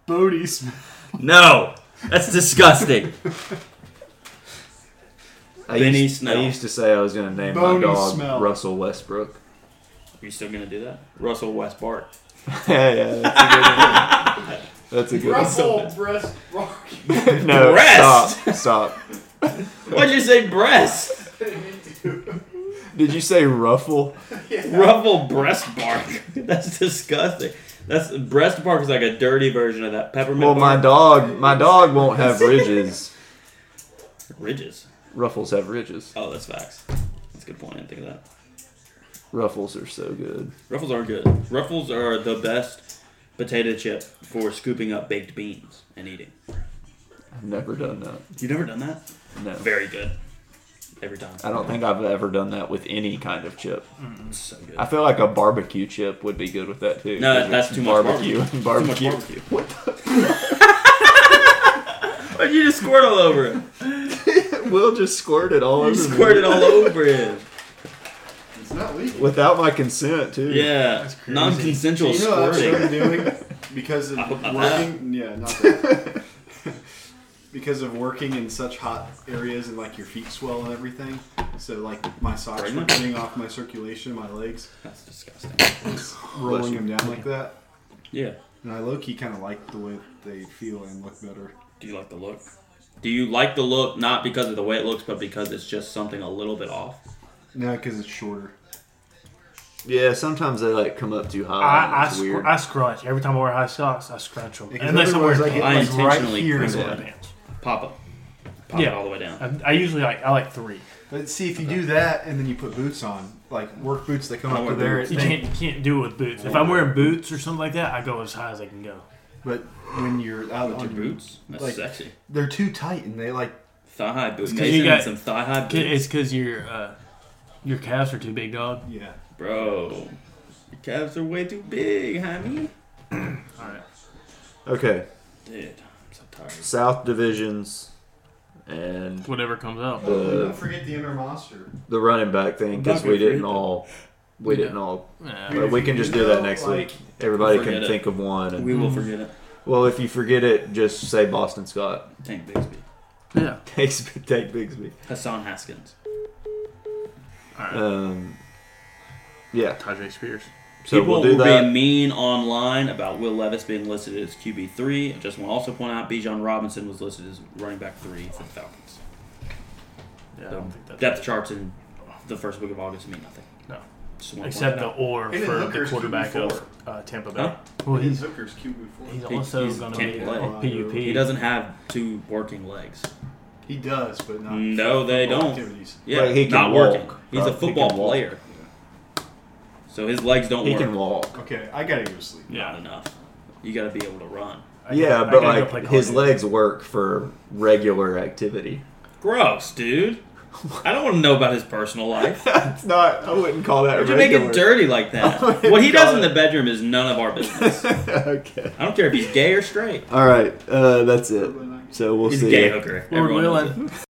Bodie Smell.
No. That's disgusting.
I
Benny
used,
Snell.
I used to say I was going to name
Boney
my dog
Smell.
Russell Westbrook.
you still gonna do that? Russell Westbrook.
yeah, yeah, that's a good one. That's a
Russell Breast Rock.
good one. no,
Breast.
stop, stop.
Why'd you say breast?
Did you say ruffle?
Ruffle breast bark. That's disgusting. That's breast bark is like a dirty version of that peppermint.
Well, my
bark.
dog, my dog won't have ridges.
ridges.
Ruffles have ridges.
Oh, that's facts. That's a good point. I didn't think of that.
Ruffles are so good.
Ruffles are good. Ruffles are the best potato chip for scooping up baked beans and eating.
I've never done that.
You never done that?
No,
Very good. Every time.
I don't think I've ever done that with any kind of chip.
It's so good.
I feel like a barbecue chip would be good with that too.
No,
'cause
that's
it's
too much
Barbecue, barbecue.
barbecue. Too much barbecue. What the? Why'd you just squirt all over it?
Will just squirt it all
You
over. me.
squirted all over it.
It's not legal.
Without my consent, too.
Yeah.
That's crazy.
Non consensual
you know what I'm
squirting.
doing because of
Not
working. Yeah, not that. because of working in such hot areas and like your feet swell and everything. So like my socks were
Pregnant?
getting off my circulation, my legs
That's disgusting.
was rolling them down like that.
Yeah.
And I low key kind of like the way they feel and look better.
Do you like the look? Do you like the look not because of the way it looks, but because it's just something a little bit off?
No, because it's shorter.
Yeah, sometimes they like come up too high.
I I,
it's
scr-
weird.
I scrunch every time I wear high socks. I scrunch them,
Because
unless I wear
otherwise I get
I
like right
intentionally
here is
crimp
where
it.
I am.
Pop up. Pop
Yeah.
it all the way down.
I, I usually like I like three.
But see, if you do that and then you put boots on, like work boots that come
I
up to
wear
there,
boots.
it-
You can't you can't do it with boots. If I'm wearing boots or something like that, I go as high as I can go.
but when you're out
With
on
your boots? That's
like-
sexy.
they're too tight and they like
Thigh high boots.
'cause you
Mason,
got-
some thigh high
K- It's
boots.
because your uh, your calves are too big, dog.
yeah.
Bro. Your calves are way too big, homie.
All right.
okay,
Dude, I'm so tired.
South divisions and
Whatever comes out.
the
don't forget the inner monster.
the running back thing because
Duncan
we didn't
Friedman.
all we
Yeah.
didn't all.
Yeah.
But we can just do that next
Like-
week. Everybody
Forget
can
it.
think of one. And,
We will
Mm.
forget it.
well, if you forget it, just say Boston Scott.
Tank Bigsby.
yeah.
Take take Bigsby.
Hassan Haskins.
All right.
Um, yeah.
Tajay Spears.
So
People
we'll do
were being
that.
mean online about Will Levis being listed as QB three. I just want to also point out Bijan Robinson was listed as running back three for the Falcons.
Yeah. I
The
don't think that's
depth charts in the first week of August mean nothing.
No.
Just wanna point
Except
that
the
out.
or
Hayden
for the
Hooker's
quarterback of
QB4.
uh, Tampa Bay.
Huh?
Well, he's
Hooker's QB four.
he's
He-
also
he's
going to
Tampa
be
Bay.
a PUP.
he doesn't have two working legs.
He does, but not
No,
for
they
football
don't.
Activities.
Yeah,
Like, he can
not
walk,
working. He's
bro.
a
He
football
can walk.
player, so his legs don't
He
work.
can walk.
Okay, I gotta go to sleep.
Not
Yeah.
enough. You got to be able to run.
I
Yeah,
gotta- I
but
gotta go
like
play
his
college.
legs work for regular activity.
Gross, dude. I don't want to know about his personal life.
That's not. I wouldn't call that.
Why'd you make it dirty like that?
Oh my
What he does in
God.
the bedroom is none of our business.
okay.
I don't care if he's gay or straight.
All right, uh, that's it. So we'll
He's a
see.
gay
ya.
hooker.
Lord
Everyone knows
willing.
it.